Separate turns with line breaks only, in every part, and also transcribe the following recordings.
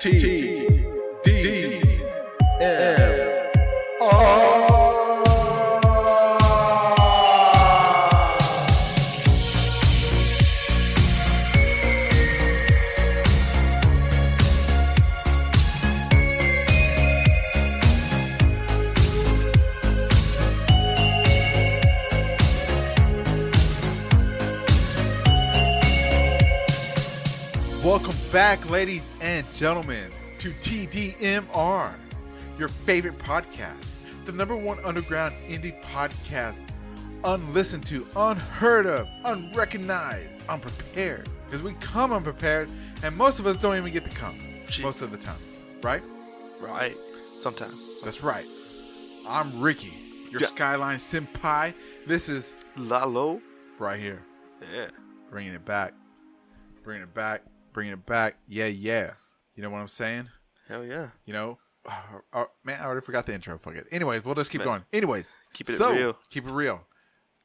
T D M R. Welcome back, ladies and gentlemen, to TDMR, your favorite podcast, the number one underground indie podcast, unlistened to, unheard of, unrecognized, unprepared. Because we come unprepared, and most of us don't even get to come
Gee.
most of the time, right?
Right. Sometimes.
That's right. I'm Ricky, your
Yeah.
Skyline Senpai. This is
Lalo.
right here,
Yeah.
bringing it back, bringing it back, bringing it back. Yeah, yeah. You know what I'm saying?
Hell yeah.
You know, oh, man, I already forgot the intro. Fuck it. Anyways, we'll just keep
Man.
going. Anyways,
Keep it
so,
real.
Keep it real.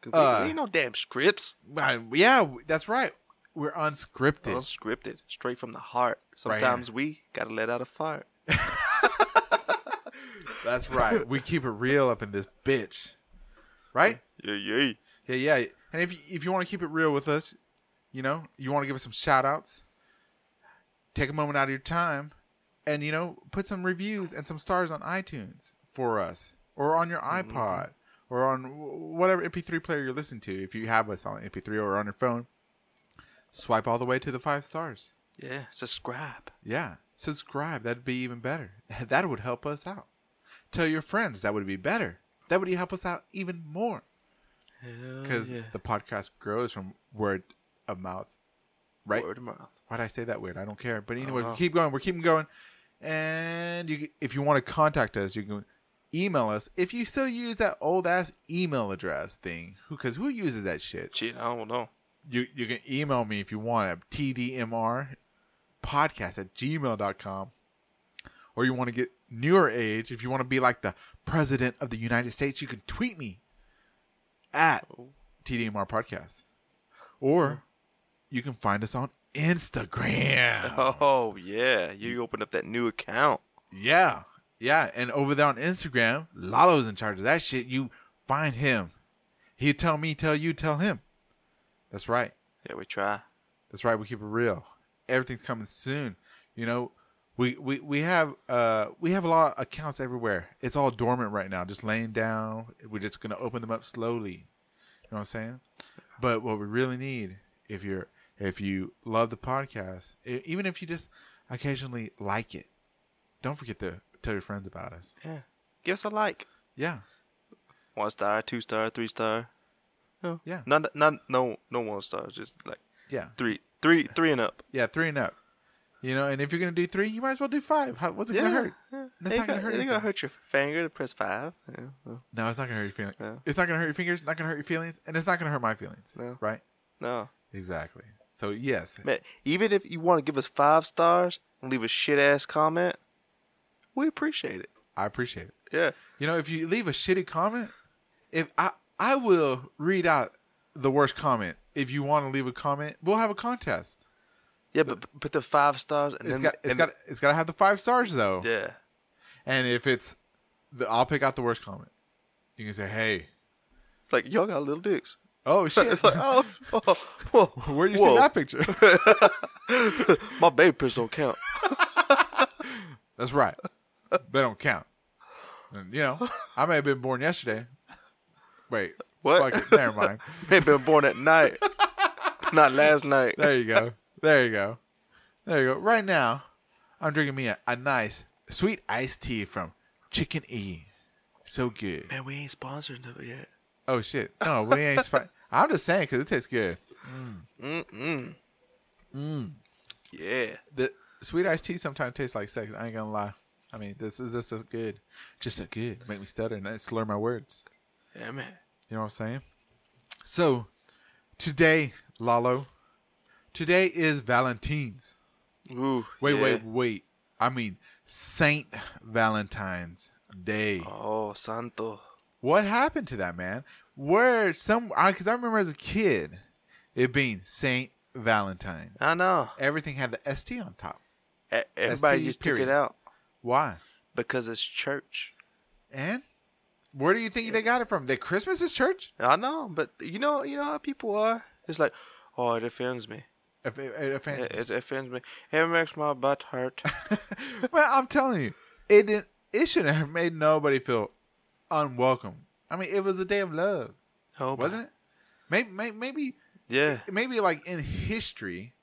Cause
Uh,
we, we ain't no damn scripts.
Uh, yeah, that's right. We're unscripted.
Unscripted, straight from the heart.
Right here.
Sometimes we gotta let out a fire.
that's right. We keep it real up in this bitch, right?
Yeah, yeah.
Yeah, yeah. And if you, if you want to keep it real with us, you know, you want to give us some shout outs, take a moment out of your time and, you know, put some reviews and some stars on iTunes for us or on your iPod or on wh- whatever MP3 player you're listening to. If you have us on MP3 or on your phone, swipe all the way to the five stars.
Yeah. Subscribe.
Yeah. Subscribe. That'd be even better. That would help us out. Tell your friends. That would be better. That would help us out even more
Hell
because
yeah.
the podcast grows from word of mouth, right?
Word Uh-huh. of mouth.
Why'd I say that weird? I don't care. But anyway,
know.
we keep going. We're keeping going. And you, if you want to contact us, you can email us. If you still use that old ass email address thing, because who uses that shit?
Shit, I don't know.
You you can email me if you want at tdmr podcast at gmail.com. Or you want to get newer age, if you want to be like the president of the United States, you can tweet me at TDMR Podcast. Or you can find us on Instagram.
Oh yeah, you opened up that new account.
Yeah. Yeah. And over there on Instagram, Lalo's in charge of that shit. You find him. He tell me, tell you, tell him. That's right.
Yeah, we try.
That's right. We keep it real. Everything's coming soon. You know, we we, we have uh we have a lot of accounts everywhere. It's all dormant right now, just laying down. We're just gonna open them up slowly. You know what I'm saying? But what we really need, if you're if you love the podcast, e- even if you just occasionally like it, don't forget to tell your friends about us.
Yeah. Give us a like.
Yeah,
One star, two star, three star. No.
Oh, Yeah.
Not not no no one star. Just like
yeah,
three three three and up.
yeah. Three and up. You know, and if you're gonna do three, you might as well do five. How, what's it gonna hurt?
yeah.
That's
It
not gonna
got-
hurt
It
anything.
gonna hurt your finger to press five. Yeah. well.
No, it's not gonna hurt your feelings.
No.
It's not gonna hurt your fingers. Not gonna hurt your feelings, and it's not gonna hurt my feelings.
No.
Right?
No.
Exactly. So yes,
Man, even if you want to give us five stars and leave a shit ass comment, we appreciate it.
I appreciate it.
Yeah.
You know, if you leave a shitty comment, if I I will read out the worst comment. If you want to leave a comment, we'll have a contest.
Yeah, but but the five stars and
It's
then
got it's
and-
got it's got to have the five stars though.
yeah.
And if it's, the, I'll pick out the worst comment. You can say, "Hey,
It's like y'all got little dicks.
oh shit,
It's like oh, oh, whoa,
where do you
whoa.
see that picture?"
My baby piss don't count.
That's right. they don't count. And, you know, I may have been born yesterday. Wait.
What?
Fuck it. Never mind.
They been born at night, not last night.
There you go. There you go. There you go. Right now, I'm drinking me a, a nice sweet iced tea from Chicken E. So good.
Man, we ain't sponsored of it yet.
Oh shit. No, we ain't. Sp- I'm just saying because it tastes good.
Yeah.
The sweet iced tea sometimes tastes like sex. I ain't gonna lie. I mean, this is just so good, just so good. Make me stutter and I slur my words.
Yeah, man.
You know what I'm saying? So today, Lalo, today is Valentine's.
Ooh.
Wait,
yeah.
wait, wait. I mean Saint Valentine's Day.
Oh, Santo.
What happened to that man? Where some? Because I, remember as a kid, it being Saint Valentine.
I know.
Everything had the ST on top.
E- Everybody
ST,
just took
period.
it out
Why?
because it's church.
And where do you think they got it from? That Christmas is church?
I know, but you know, you know how people are. It's like, oh, it offends me.
If, if, if,
It, it offends me. It makes my butt hurt.
well, I'm telling you, it didn't. It shouldn't have made nobody feel unwelcome. I mean, it was a day of love,
Oh,
wasn't it? Maybe, maybe, maybe,
Yeah.
maybe like in history,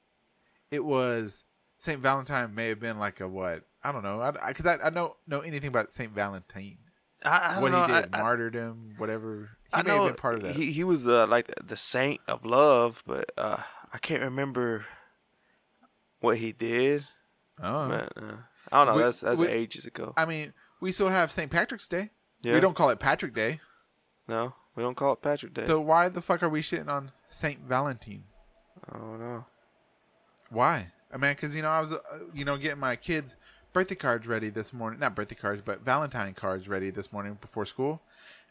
it was Saint Valentine may have been like a what? I don't know. I because I, I, don't know anything about Saint Valentine.
I, I
What
don't
he
know. I-
did,
I,
martyrdom, whatever. He
I
may
know
have been part of that.
He, he was uh, like the, the saint of love, but uh, I can't remember what he did.
oh.
But, uh, I don't know.
We-
that's that's
we-
ages ago.
I mean, we still have Saint Patrick's Day.
Yeah.
We don't call it Patrick Day.
no, we don't call it Patrick Day.
So why the fuck are we shitting on Saint Valentine?
I don't know.
Why? I mean, because you know, I was, uh, you know, getting my kids' birthday cards ready this morning. Not birthday cards, but Valentine cards ready this morning before school.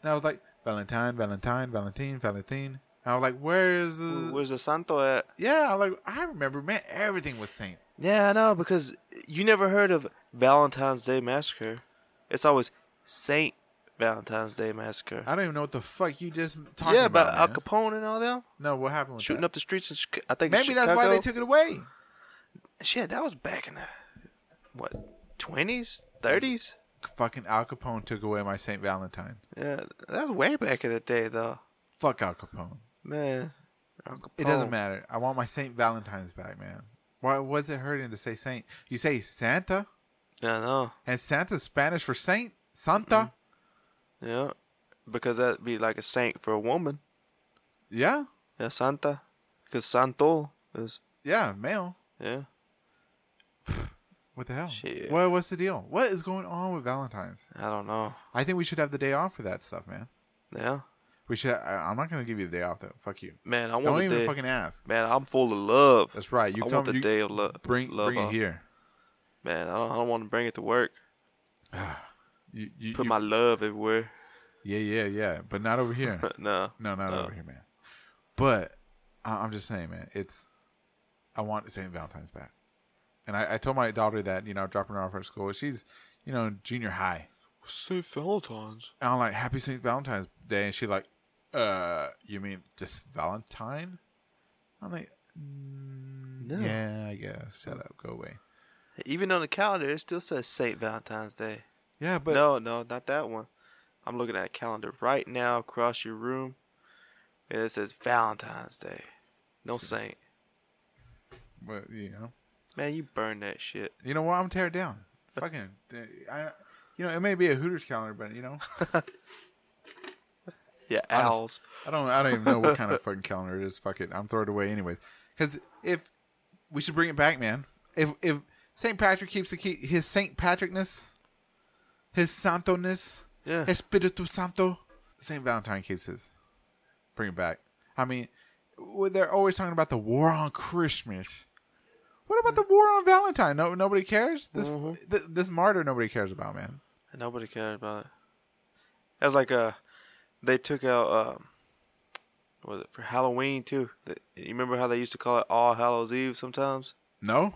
And I was like, Valentine, Valentine, Valentine, Valentine. And I was like, where's?
Wh-
the
Where's the Santo at?
Yeah, I like I remember, man. Everything was Saint.
Yeah, I know because you never heard of Valentine's Day Massacre. It's always Saint Valentine's Day Massacre.
I don't even know what the fuck you just talking
yeah,
about.
about Al
man.
Capone and all them
no, what happened with
shooting
that?
up the streets. In, Chica- I think in
Maybe that's why they
Chicago.
took it away.
Shit, that was back in the what twenties, thirties.
Fucking Al Capone took away my Saint Valentine.
Yeah, that was way back in the day, though.
Fuck Al Capone.
Man, Al
It doesn't
Capone.
matter. I want my Saint Valentine's back, man. Why was it hurting to say Saint? You say Santa,
I know.
and Santa's Spanish for Saint. Santa.
Yeah, because that'd be like a saint for a woman. Mm-hmm.
Yeah,
Yeah, Santa, because Santo is
yeah, male.
yeah.
What the hell?
Shit.
What, what's the deal? What is going on with Valentine's?
I don't know.
I think we should have the day off for that stuff, man.
Yeah,
We should. I, I'm not gonna give you the day off though. Fuck you.
man, I want
Don't
the
even
day.
fucking ask.
Man, I'm full of love.
That's right. You
I
come.
want the
you
day of lo-
Bring
love
bring it
off.
here.
Man, I don't, I don't want to bring it to work.
You, you,
Put
you-
my love everywhere.
yeah yeah yeah, but not over here.
no.
No, not over here, man. But I- I'm just saying, man. It's I want St. Valentine's back, and I, I told my daughter that you know dropping her off at school. She's you know junior high,
St. Valentine's.
and I'm like Happy St. Valentine's Day, and she like, uh, you mean just Valentine? I'm like, mm, yeah, I guess. Shut up, go away.
Even on the calendar, it still says St. Valentine's Day.
Yeah, but
no, no, not that one. I'm looking at a calendar right now across your room, and it says Valentine's Day. No saint.
but you know,
Man, you burn that shit.
you know what? I'm gonna tear it down. Fucking, I, you know, it may be a Hooters calendar, but you know,
Yeah, owls.
I don't. I don't even know what kind of fucking calendar it is. Fuck it. I'm throwing it away anyways. Because if we should bring it back, man. If if Saint Patrick keeps the key, his Saint Patrickness, his Santo ness,
Yeah.
Espiritu Santo, Saint Valentine keeps his. Bring it back. I mean, well, they're always talking about the war on Christmas. What about the war on Valentine? No, nobody cares. This th- this martyr nobody cares about, man.
And Nobody cared about it. That's like uh, they took out um, what was it for Halloween too? They, you remember how they used to call it All Hallows Eve sometimes?
No,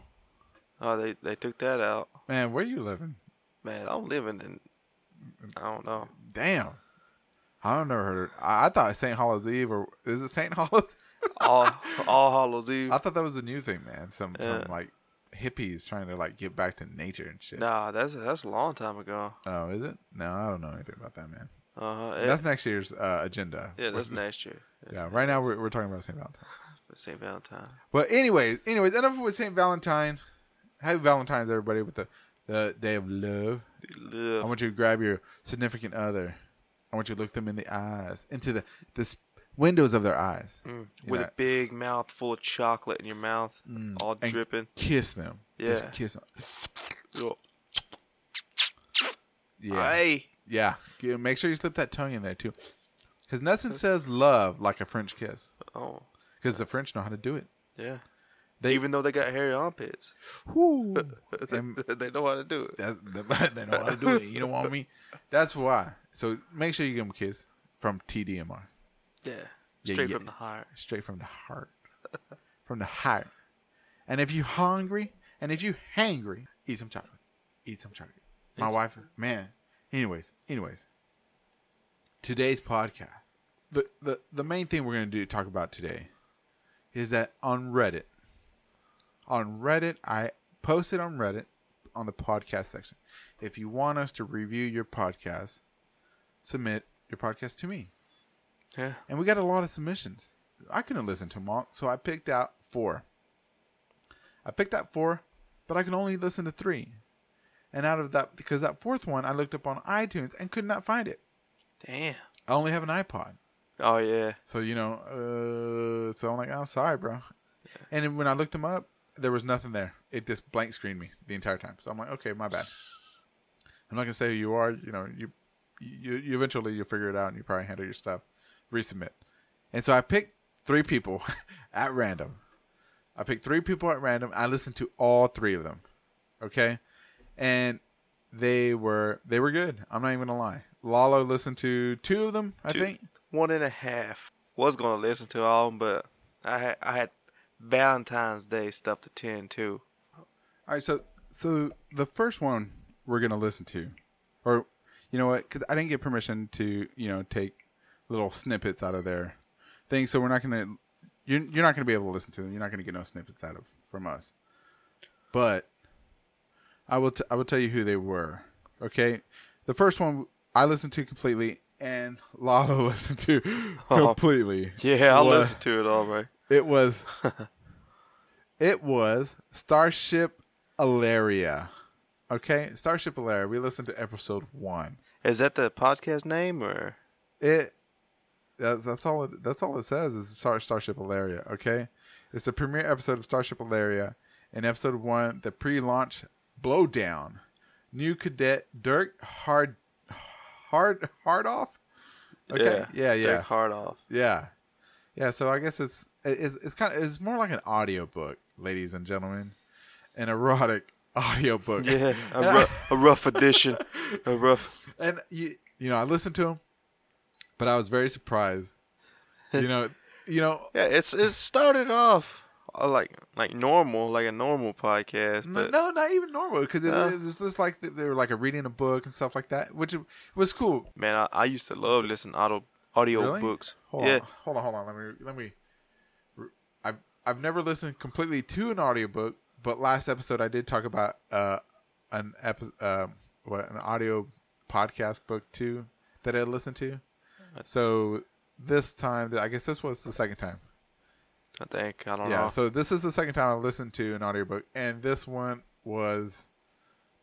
Oh, they they took that out.
man. Where you living?
Man, I'm living in. I don't know.
Damn. I've never heard. I, I thought St. Hollows Eve or is it St. Hollows?
All All Hallows Eve.
I thought that was a new thing, man. Some,
Yeah.
some like hippies trying to like get back to nature and shit.
Nah, that's that's a long time ago.
Oh, is it? No, I don't know anything about that, man.
Uh huh.
That's next year's uh, agenda.
yeah, that's
What's-
next year.
Yeah, right now we're, we're talking about St. Valentine.
For St. Valentine.
But anyways, anyways, enough with St. Valentine. Happy Valentine's, everybody, with the the day of love. I
Love.
want you to grab your significant other. I want you to look them in the eyes, into the this windows of their eyes you
Mm. with
know,
a big mouth full of chocolate in your mouth, all
Mm, and
dripping.
Kiss them. Just
Yeah.
kiss them.
Yo,
Yeah.
Hey,
Yeah. G- Make sure you slip that tongue in there too, because nothing says love like a French kiss.
oh
Because the French know how to do it.
yeah.
They-
Even though they got hairy armpits, they,
And-
they know how to do it.
That's, they know how to do it. You know what I mean? That's why. So make sure you give them a kiss from TDMR,
Yeah,
Yeah,
straight
yeah.
from the heart.
straight from the heart, from the heart. And if you hungry, and if you hangry, eat some chocolate. Eat some chocolate. My wife, man. Anyways, anyways. Today's podcast. The, the the main thing we're gonna do talk about today is that on Reddit. On Reddit, I posted on Reddit on the podcast section. If you want us to review your podcast, submit your podcast to me.
Yeah.
And we got a lot of submissions. I couldn't listen to them all, so I picked out four. I picked out four, but I could only listen to three. And out of that, because that fourth one I looked up on iTunes and could not find it.
Damn.
I only have an iPod.
Oh yeah.
So you know, uh, so I'm like, I'm sorry, bro. And then when I looked them up, there was nothing there. It just blank screened me the entire time. So I'm like, okay, my bad. I'm not gonna say who you are. You know, you, you, you eventually you'll figure it out, and you probably handle your stuff. Resubmit. And so I picked three people at random. I picked three people at random. I listened to all three of them. Okay, and they were they were good. I'm not even gonna lie. Lalo listened to two of them. I
Two-
think.
one and a half. Was gonna listen to all, of 'em, but I had I had Valentine's Day stuff to tend to.
All right, so so the first one we're gonna listen to, or you know what? Because I didn't get permission to you know take little snippets out of their thing, so we're not gonna you're you're not gonna be able to listen to them. You're not gonna get no snippets out of from us. But I will t- I will tell you who they were. Okay, the first one I listened to completely, and Lala listened to completely.
Oh, Yeah, I
Wa-
listened to it all, man.
it was. it was Starship Alaria. Okay, Starship Alaria. We listened to episode one.
Is that the podcast name or?
It. That's, that's all. It, that's all it says is Star, Starship Alaria. Okay, it's the premiere episode of Starship Alaria. In episode one, the pre-launch blowdown, new cadet Dirk Hard, Hard Hardoff. Okay, yeah, yeah,
Dirk Hardoff.
yeah, yeah. So I guess it's it- it's, it's kind of it's more like an audiobook, ladies and gentlemen, an erotic audiobook.
Yeah, a, rough, a rough edition. A rough.
and you you know I listened to him, but I was very surprised. You know, you know,
Yeah, it's it started off uh, like like normal, like a normal podcast,
No,
but
no, not even normal because it,
Uh.
it's just like they they were like a reading a book and stuff like that, which was cool.
man, I, I used to love listening auto audio
Really?
books.
Hold
yeah,
on, hold on, hold on. Let me let me. I've I've never listened completely to an audiobook, but last episode I did talk about uh an epi- uh, what an audio podcast book too that I listened to. So this time, I guess this was the second time.
I think I don't
Yeah.
know.
So this is the second time I listened to an audiobook, and this one was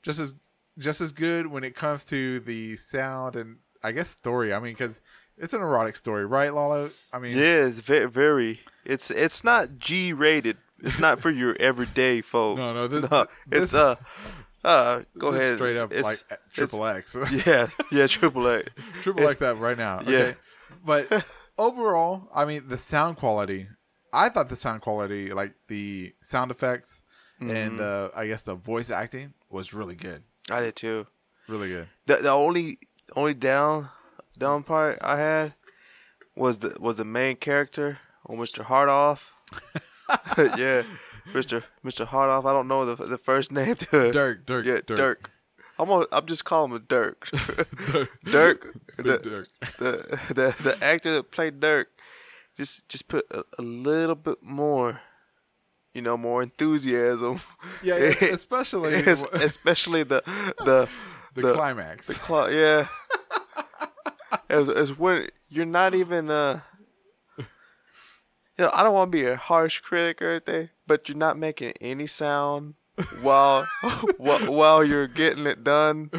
just as just as good when it comes to the sound and I guess story. I mean, because it's an erotic story, right, Lalo? I mean,
Yeah, it's very, very. It's it's not G rated. It's not for your everyday folk.
No, no, this- this-
it's uh, uh, go
Just
ahead.
straight
it's-
up
it's-
like
it's-
triple X,
Yeah, yeah, triple A.
triple X that right now. Okay?
Yeah.
but overall, I mean, the sound quality. I thought the sound quality, like the sound effects
Mm-hmm.
and uh, I guess the voice acting, was really good.
I did too.
Really good.
The the only only down down part I had was the was the main character or Mr. Hardoff. yeah, Mr. Mr. Hardoff. I don't know the the first name. To
Dirk, Dirk,
Yeah,
Dirk.
Dirk. I'm gonna, I'm just calling him Dirk. Dirk.
Big
the-
Dirk.
the the the actor that played Dirk just just put a, a little bit more, you know, more enthusiasm.
Yeah, es- especially-
Es- especially the the
The, climax.
The cli- yeah. as as when you're not even uh. You know, I don't want to be a harsh critic or anything, but you're not making any sound while while, while you're getting it done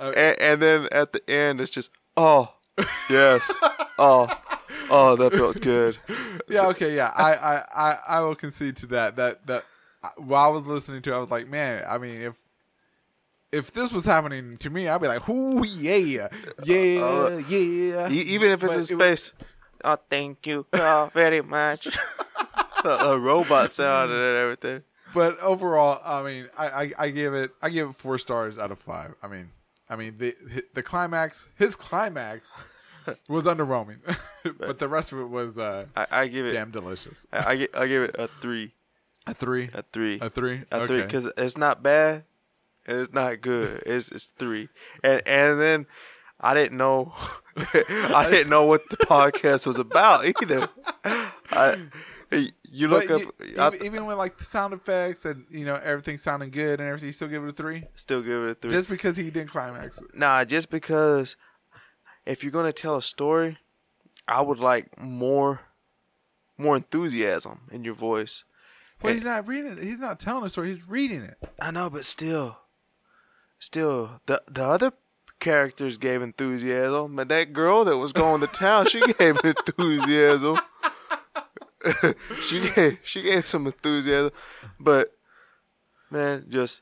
and, and then at the end it's just oh yes oh Oh, that felt good.
yeah, okay, yeah. I, I, I, I will concede to that. That that I- while I was listening to, it, I was like, man. I mean, if if this was happening to me, I'd be like, ooh, yeah, yeah,
Uh,
yeah.
E- even if it's
But
in
it was-
space. Oh, thank you all very much. a, a robot sound and everything.
but overall, I mean, I, I, I give it I give it four stars out of five. I mean, I mean the the climax, his climax was underwhelming, but the rest of it was uh,
I, I give it.
damn delicious.
I, I, gi- I give it a three.
A three,
A three.
a three,
A three. Because it's not bad. And it's not good. It's it's three. And and then I didn't know. I didn't know what the podcast was about either. I, you look
But
up.
you-
I
even, even with like the sound effects and you know everything sounding good and everything, you still give it a three
still give it a three.
just because he didn't climax. it.
Nah, just because if you're gonna tell a story, I would like more, more enthusiasm in your voice.
Well, he's not reading. it. He's not telling a story. He's reading it.
I know, but still, still, the the other characters gave enthusiasm, but that girl that was going to town, she gave enthusiasm. she gave she gave some enthusiasm, but man, just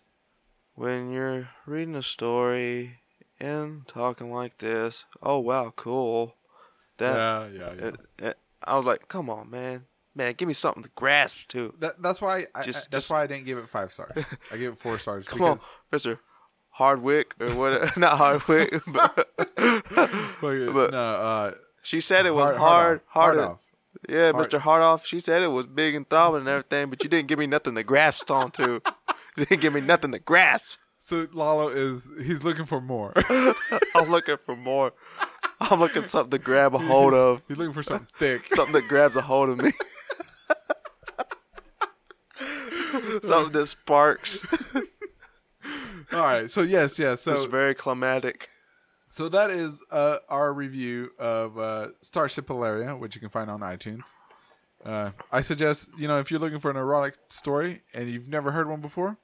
when you're reading a story and talking like this, oh wow, cool. That
yeah,
uh, uh, I was like, come on, man, man, give me something to grasp to.
That, that's why. I, I- that's
Just- just-
why I didn't give it five stars. I gave it four stars.
Come on, Mister Hardwick or what? not Hardwick. But
Fuck
But-
it. no, uh,
she said it was
Hard-
hard,
hard off, hard
hard, uh,
off.
Yeah,
Hard-
Mister Hardoff. She said it was big and throbbing and everything, but you didn't give me nothing to grasp onto. you didn't give me nothing to grasp.
so Lalo is he's looking for more.
I'm looking for more. I'm looking something to grab a hold of.
he's looking for something thick.
Something that grabs a hold of me. something that sparks.
All right. So yes, yes.
It's
So
very climatic.
so that is uh, our review of uh, Starship Hilaria, which you can find on iTunes. Uh, I suggest you know if you're looking for an erotic story and you've never heard one before,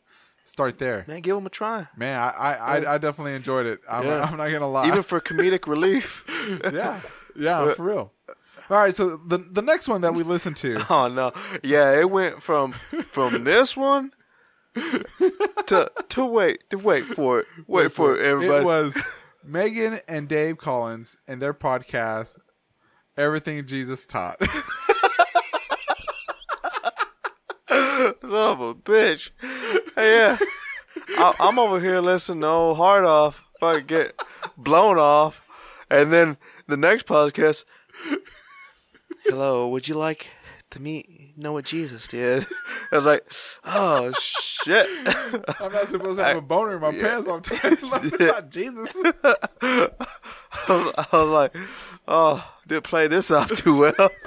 start there.
Man, give him a try.
Man, I I, I, I definitely enjoyed it. I'm,
Yeah.
I'm not gonna lie.
Even for comedic relief.
yeah, yeah, for real. All right. So the the next one that we listened to.
Oh no. Yeah, it went from from this one to to wait to wait for it. Wait, for it, everybody.
It was Megan and Dave Collins and their podcast, Everything Jesus Taught.
Son of a bitch. Yeah. I, I'm over here listening to old hard off. Fucking get blown off. And then the next podcast Hello, would you like to meet know what Jesus did? I was like, oh shit.
I'm not supposed to have a boner in my pants while I'm talking about Jesus.
I was, I was like, oh, didn't play this off too well.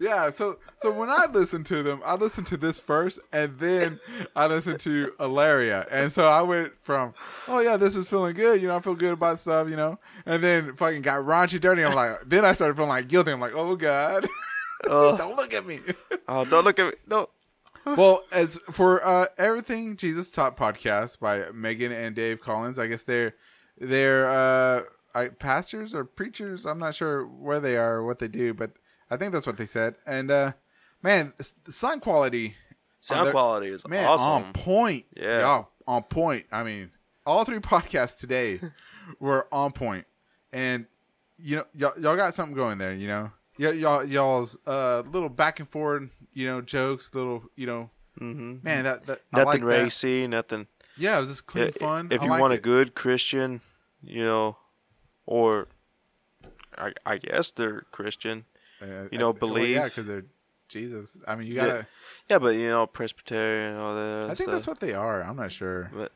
Yeah, so so when I listened to them, I listened to this first, and then I listened to Ilaria, and so I went from, oh yeah, this is feeling good, you know, I feel good about stuff, you know, and then fucking got raunchy, dirty. I'm like, then I started feeling like guilty. I'm like, oh god, don't look at me.
Oh, don't look at me. No.
well, as for uh, everything Jesus taught podcast by Megan and Dave Collins, I guess they're they're uh, I, pastors or preachers. I'm not sure where they are or what they do, but I think that's what they said. And uh, man, s- sound quality,
Sound
on their-
quality is
man um,
awesome.
on point.
Yeah.
Y'all, on point. I mean, all three podcasts today were on point, and you know y'all, y'all got something going there. You know, y- y'all y'all's uh, little back and forward, you know, jokes, little you know. Mm-hmm. Man, that, that I
Nothing
like that.
racy, nothing.
Yeah, it was just clean
I-
fun.
If
I
you
liked
want a
it.
good Christian, you know, or I, I guess they're Christian.
Uh,
you know,
uh, well, yeah,
believe.
because they're Jesus. I mean, you
Yeah.
gotta.
Yeah, but you know, Presbyterian and all that.
I think that's what they are. I'm not sure.
But,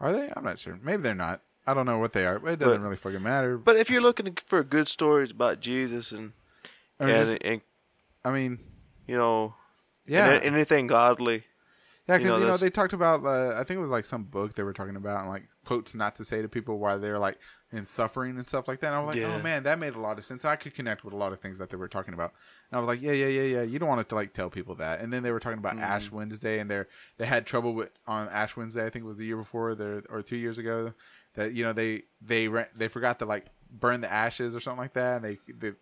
Are they? I'm not sure. Maybe they're not. I don't know what they are, but it doesn't
But-
really fucking matter.
but if you're looking for good stories about Jesus and
I mean,
and,
just-
and
I mean,
you know,
yeah,
and anything godly.
Yeah,
You
because you,
know,
know
that's-
they talked about uh, I think it was like some book they were talking about and like quotes not to say to people why they're like in suffering and stuff like that. And I was like, oh
Yeah.
man, that made a lot of sense. I could connect with a lot of things that they were talking about. And I was like, yeah, yeah, yeah, yeah. You don't want to like tell people that. And then they were talking
Mm-hmm.
about Ash Wednesday and they they had trouble with on Ash Wednesday. I think it was the year before there or two years ago that you know they they ran, they forgot to like burn the ashes or something like that and they, they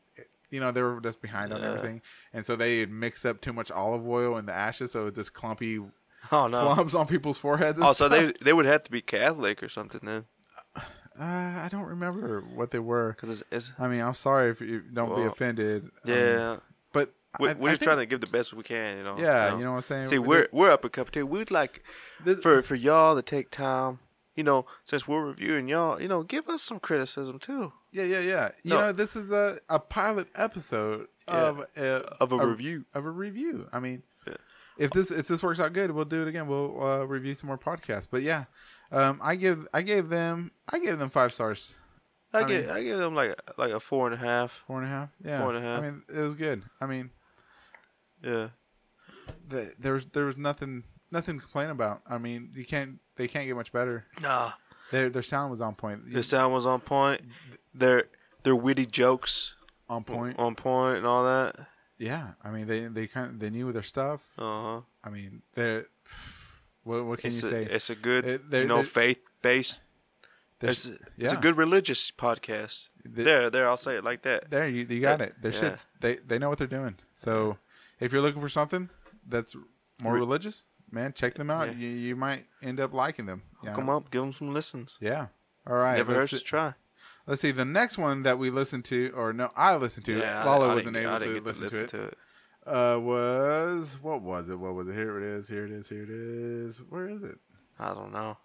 you know, they were just behind on everything, and so they had mixed up too much olive oil in the ashes, so it's just clumpy
Oh no.
clumps on people's foreheads. and
Oh, so
stuff.
they they would have to be Catholic or something then,
Uh, I don't remember what they were.
because it's, it's
I mean, I'm sorry if you don't be
Well,
offended. I mean,
yeah.
but
We,
I-
we're
I
just
think-
trying to give the best we can, you know.
Yeah, you know what I'm saying?
See,
We
we're
did-
we're up a cup of tea. We'd like
This-
for for y'all to take time, you know, since we're reviewing y'all, you know, give us some criticism too
Yeah, yeah, yeah. You
No.
know, this is a, a pilot episode of a,
Of a review.
of a review. I mean, if this if this works out good, we'll do it again. We'll uh, review some more podcasts. But yeah, um, I give I gave them I gave them five stars,
I,
mean-
give I give them like like a four and a half.
four and a half. Yeah,
Four and a half.
I mean, it was good. I mean,
Yeah,
the, there was there was nothing nothing to complain about. I mean, you can't they can't get much better.
nah.
Their their sound was on point.
The sound was on point. Their their witty jokes
on point.
on point and all that.
Yeah, I mean they they kind of they knew their stuff.
Uh huh.
I mean, they what what can
It's
you
a,
say?
it's a good
It- they're-
you know
they're-
faith based.
There's-
It's, it's a good religious podcast.
The-
there, there. I'll say it like that.
There you, you got
Yeah.
it. Their
Yeah.
shit's they they know what they're doing. So if you're looking for something that's more religious, man, check them out.
Yeah.
You, you might end up liking them. Yeah.
Come up, give them some listens.
Yeah. All right.
Never
let's,
hurts
see,
to try.
let's see. The next one that we listened to, or no, I listened to.
I-
Lala
I
wasn't
didn't- I
able
didn't
to
get
listen, to it. Uh, was what was it? What was it? Here it is. Here it is. Here it is. Where is it?
I don't know.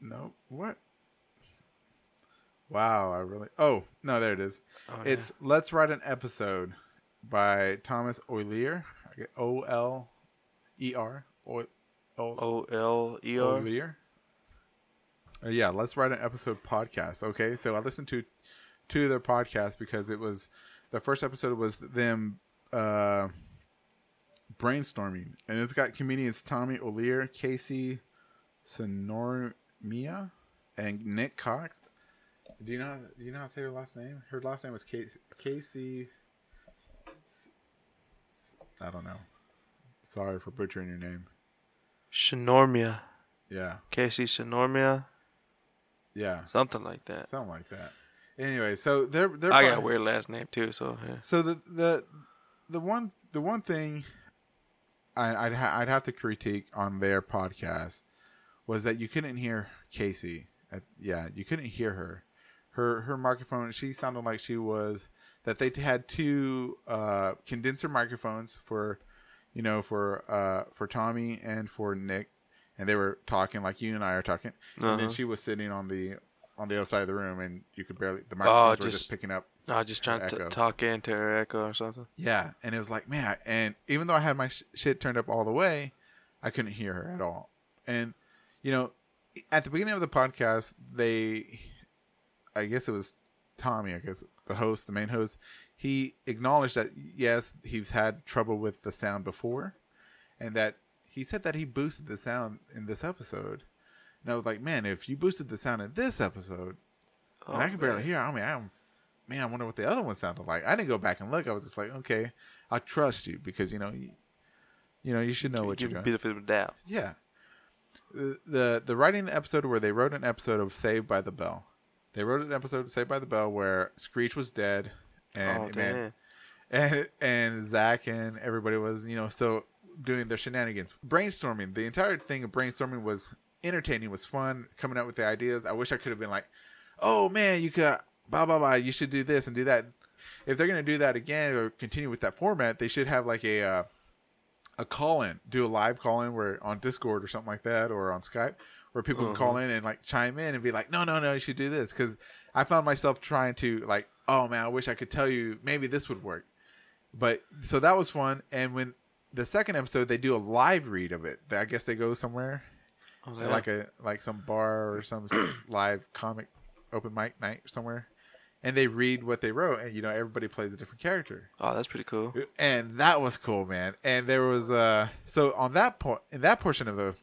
No. What? Wow, I really Oh, no, there it is. it's Let's Write an Episode by Thomas Oilier. O L E R. Oil- O
O L E R.
Oilier. Uh, yeah, Let's Write an Episode podcast. Okay, so I listened to two of their podcasts because it was the first episode was them uh brainstorming and it's got comedians Tommy O'Lear, Casey Sonormia, and Nick Cox. Do you know how- do you know how to say her last name? Her last name was Casey, Casey I don't know. Sorry for butchering your name.
Shinormia.
Yeah.
Casey Shinormia.
Yeah.
Something like that.
Something like that. Anyway, so they're they're
I got a
probably-
weird last name too, so yeah.
So the the the one the one thing I, I'd ha- I'd have to critique on their podcast was that you couldn't hear Casey. Uh, yeah, you couldn't hear her. Her her microphone. She sounded like she was that they had two uh, condenser microphones for you know for uh, for Tommy and for Nick, and they were talking like you and I are talking, and then she was sitting on the on the other side of the room, and you could barely the microphones were just
just-
picking up
No, just trying
Echo.
to talk into her echo or something.
yeah, and it was like, man, I- and even though I had my sh- shit turned up all the way, I couldn't hear her at all. And you know, at the beginning of the podcast, they, I guess it was Tommy, I guess the host, the main host, he acknowledged that yes, he's had trouble with the sound before, and that he said that he boosted the sound in this episode. And I was like, man, if you boosted the sound in this episode,
Oh,
and I can barely hear. I mean, I'm, man, I wonder what the other one sounded like. I didn't go back and look. I was just like, okay, I trust you because you know, you, you know, you should know what
Give
you're
me a
doing.
benefit of the doubt.
Yeah. The- The the writing the episode where they wrote an episode of Saved by the Bell. They wrote an episode of Saved by the Bell where Screech was dead and
Oh,
man, and and Zach and everybody was, you know, still doing their shenanigans. Brainstorming. The entire thing of brainstorming was entertaining, was fun, coming up with the ideas. I wish I could have been like, Oh man, you could blah blah blah, you should do this and do that. If they're gonna do that again or continue with that format, they should have like a uh, a call in, do a live call in where on Discord or something like that or on Skype where people can call in and like chime in and be like, no, no, no, you should do this. Cause I found myself trying to like, oh man, I wish I could tell you maybe this would work. But so that was fun. And when the second episode, they do a live read of it. I guess they go somewhere
Oh,
like a like some bar or some s- live comic open mic night somewhere. And they read what they wrote, and you know everybody plays a different character
Oh, that's pretty cool.
and that was cool, man. And there was uh so on that point in that portion of the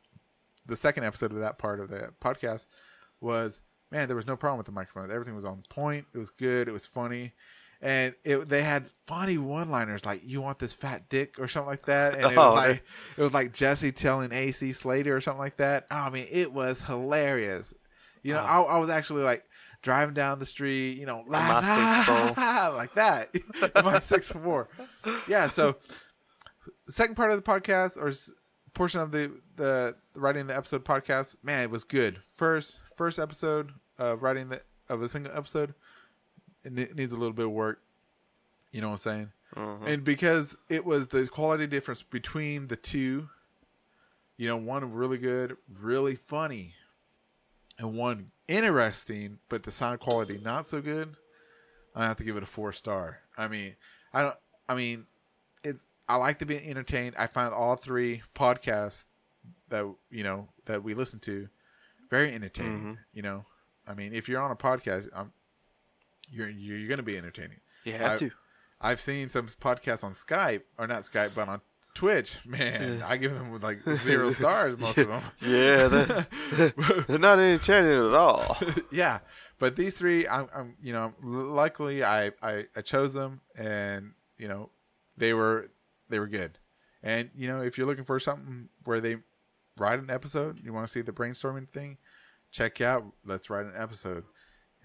the second episode of that part of the podcast was man, there was no problem with the microphone. Everything was on point. It was good. It was funny. And it, they had funny one-liners like "You want this fat dick" or something like that, and it
Oh,
was like it was like Jesse telling AC Oh, Slater or something like that. I mean, it was hilarious. You know, I, I was actually like driving down the street, you know,
my
laugh,
six four.
like that. my six four. Yeah. So, second part of the podcast or s- portion of the the writing the episode podcast, man, it was good. First first episode of writing the of a single episode, it ne- needs a little bit of work. You know what I'm saying?
Mm-hmm.
And because it was the quality difference between the two, you know, one really good, really funny, and one interesting, but the sound quality not so good. I have to give it a four star. I mean, I don't. I mean, it's. I like to be entertained. I find all three podcasts that you know that we listen to very entertaining. You know, I mean, if you're on a podcast, I'm, you're you're, you're going to be entertaining.
You have
I-
to.
I've seen some podcasts on Skype or not Skype, but on Twitch. Man, I give them like zero stars most of them.
Yeah, they're, they're not entertaining at all.
yeah but these three i'm, I'm you know luckily I, I i chose them and you know they were they were good and you know if you're looking for something where they write an episode you want to see the brainstorming thing check out let's write an episode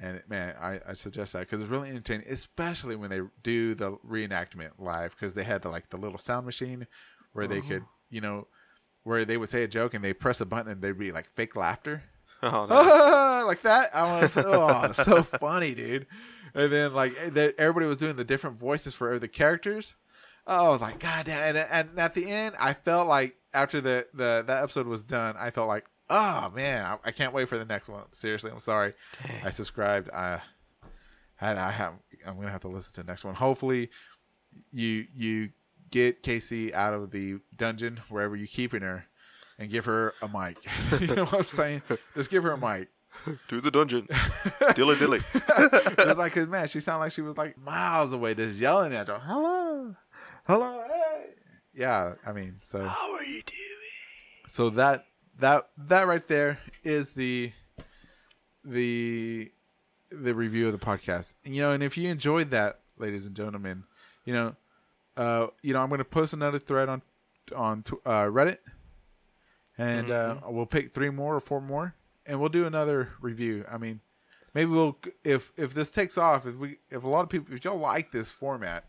and man i, I suggest that because it's really entertaining especially when they do the reenactment live because they had the like the little sound machine where they could you know where they would say a joke and they press a button and there'd be like fake laughter
Oh,
like that. I was oh, so funny, dude. And then like eh, the, everybody was doing the different voices for the characters. Oh, I was like, God damn! And, and at the end, I felt like after the, the that episode was done, I felt like, oh man, I, I can't wait for the next one. Seriously, I'm sorry. I subscribed. I and I have I'm gonna have to listen to the next one. Hopefully, you you get Casey out of the dungeon wherever you keeping her, and give her a mic. you know what I'm saying? Just give her a mic.
To the dungeon. dilly dilly.
It's like, 'cause, man, she sounded like she was like miles away, just yelling at her. Hello, hello, hey. Yeah, I mean, so how are you doing? So that that that right there is the the the review of the podcast. You know, and if you enjoyed that, ladies and gentlemen, you know, uh, you know, I'm going to post another thread on on tw- uh, Reddit, and uh, we'll pick three more or four more, and we'll do another review. I mean, maybe we'll if if this takes off, if we if a lot of people if y'all like this format,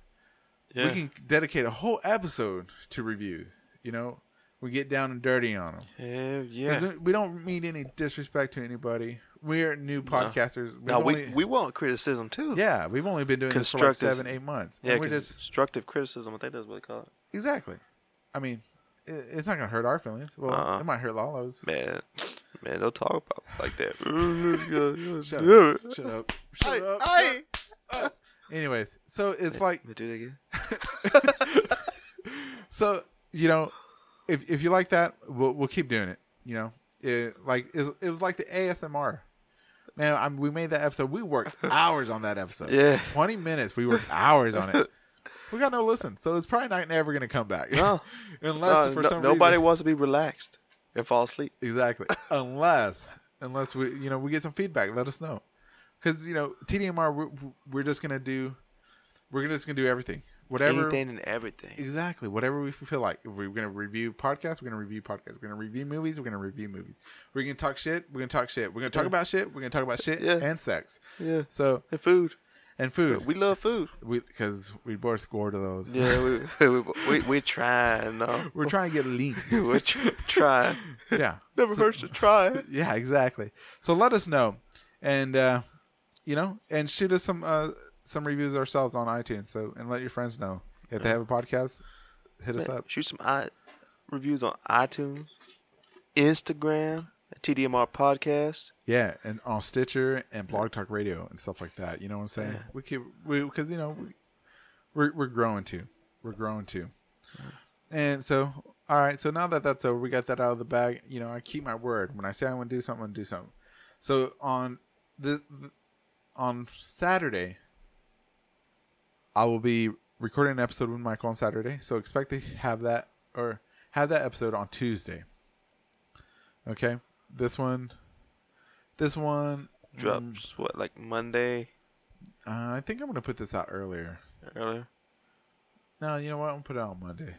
we can dedicate a whole episode to reviews. You know, we get down and dirty on them.
Hell
Because
yeah.
we- We don't mean any disrespect to anybody. We're new podcasters. We've
Now we,
only-
we want criticism too.
yeah, we've only been doing this for like
Constructive-
seven, eight months.
Yeah,
and we just
constructive criticism. I think that's what they call it.
exactly. I mean, it, it's not gonna hurt our feelings. Well,
Uh-uh.
it might hurt Lalo's.
Man, man, don't talk about it like that.
Shut
Do
up! Shut up! Shut
Hey,
up!
hey.
shut up. Anyways, so it's like
Do that again.
so you know, if if you like that, we'll we'll keep doing it. You know, it, like it, it was like the ASMR. Man, I mean, we made that episode. We worked hours on that episode.
Yeah.
twenty minutes. We worked hours on it. We got no listen, so it's probably not ever going to come back.
No.
unless
No,
for
no-
some
nobody
reason,
wants to be relaxed and fall asleep.
exactly. unless unless we you know we get some feedback, let us know. Because you know TDMR, we're, we're just going to do we're just going to do everything, whatever
Anything and everything.
Exactly. Whatever we feel like. If we're going to review podcasts, we're going to review podcasts. We're going to review movies, we're going to review movies. We're going to talk shit, we're going to talk shit. We're going to talk about shit, we're going to talk about shit
Yeah.
and sex.
Yeah.
So,
And food.
and food.
We love food.
We, because we, both scored those.
Yeah, we we we, we trying. No,
We're trying to get lean.
we're tr- trying.
yeah.
Never hurts to try.
Yeah, exactly. So let us know. And, uh, you know, and shoot us some, uh, some reviews ourselves on iTunes. So, and let your friends know. If they have a podcast, hit us up.
Shoot some i reviews on iTunes, Instagram, TDMR podcast.
Yeah, and on Stitcher and Blog Talk Radio and stuff like that. You know what I'm saying? We keep we because you know we, we're we're growing too. We're growing too. And so, all right. So now that that's over, we got that out of the bag. You know, I keep my word. When I say I'm going to do something, I'm going to do something. So on the, the on Saturday, I will be recording an episode with Michael on Saturday. So expect to have that or have that episode on Tuesday. Okay, this one, this one. Mm.
Drops what like Monday
Uh, I think I'm gonna put this out earlier.
earlier.
No, you know what? I'm gonna put it out on Monday.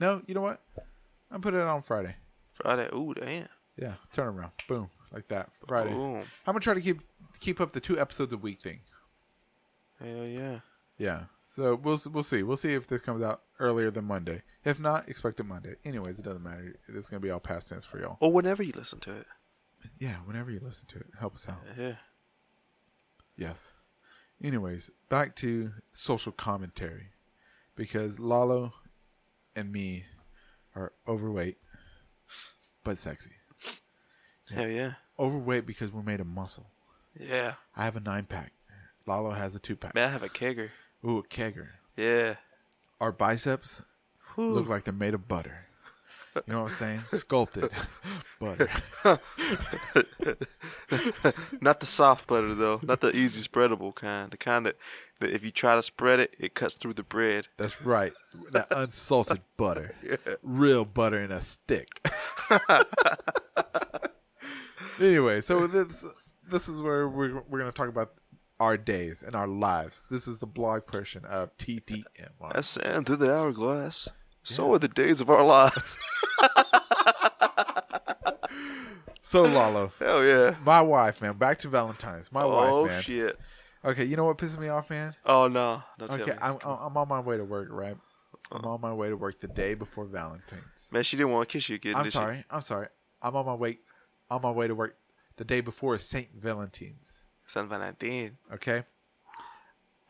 No, you know what? I'm putting it out on Friday.
Friday. Ooh, damn.
Yeah, turn around. Boom. Like that. Friday.
Boom.
I'm gonna try to keep keep up the two episodes a week thing.
Hell yeah.
Yeah. So we'll s- we'll see. We'll see if this comes out earlier than Monday. If not, expect it Monday. Anyways, it doesn't matter. It's gonna be all past tense for y'all.
Or whenever you listen to it.
Yeah. Whenever you listen to it, help us out.
Yeah.
Yes. Anyways, back to social commentary because Lalo and me are overweight but sexy.
Hell yeah.
Overweight because we're made of muscle.
Yeah.
I have a nine pack. Lalo has a two pack.
Man, I have a kegger.
Ooh, a kegger.
Yeah.
Our biceps look like they're made of butter. You know what I'm saying? Sculpted butter.
Not the soft butter though. Not the easy spreadable kind. The kind that, that if you try to spread it, it cuts through the bread.
That's right. That unsalted butter. Real butter in a stick. anyway, so this this is where we're, we're going to talk about our days and our lives. This is the blog portion of TTM.
As sand through the hourglass. So are the days of our lives.
So, Lalo,
Hell yeah.
my wife, man, back to Valentine's. My
oh
wife, man.
shit.
Okay, you know what pisses me off, man?
Oh no. Don't tell
Okay,
me. Uh-huh.
I'm, I'm on my way to work, right? I'm on my way to work the day before Valentine's.
Man, she didn't want to kiss you again.
I'm
did
sorry. I'm sorry. I'm on my way. On my way to work the day before Saint Valentine's.
She? San Valentin.
Okay.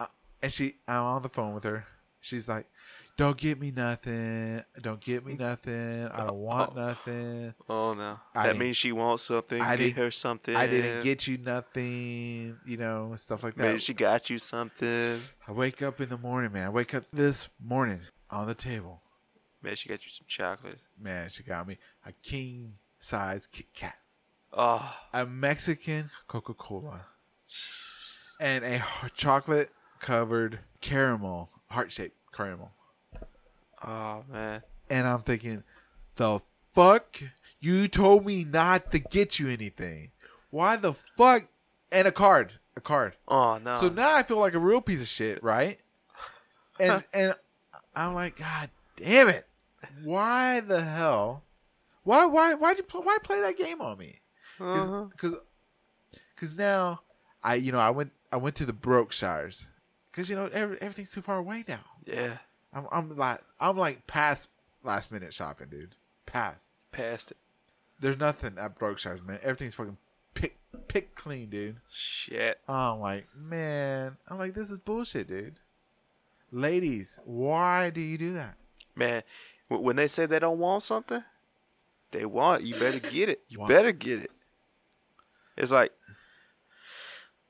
Uh, and she, I'm on the phone with her. She's like, "Don't get me nothing. Don't get me nothing. I don't want nothing.
Oh no.
I
that
didn't-
means she wants something.
I
get
didn't-
her something.
I didn't get you nothing. You know, and stuff like that."
Maybe she got you something.
I wake up in the morning, man. I wake up this morning on the table.
Man, she got you some chocolate.
Man, she got me a king size Kit Kat.
Oh,
a Mexican Coca Cola and a chocolate covered caramel, heart shaped caramel.
oh man.
And I'm thinking, the fuck? You told me not to get you anything. Why the fuck? And a card. A card.
Oh no.
So now I feel like a real piece of shit, right? And and I'm like, God damn it! Why the hell? Why why why you pl- why play that game on me? Because because now I you know I went I went to the Brokeshires because you know every, everything's too far away now.
yeah.
I'm I'm like I'm like past last minute shopping, dude. Past
Passed it.
there's nothing at Brokeshires, man. Everything's fucking pick pick clean, dude.
Shit.
I'm like, man, I'm like, this is bullshit, dude. Ladies, why do you do that?
Man, wh- when they say they don't want something, they want it. You better get it. You
Want it.
better get it. It's like,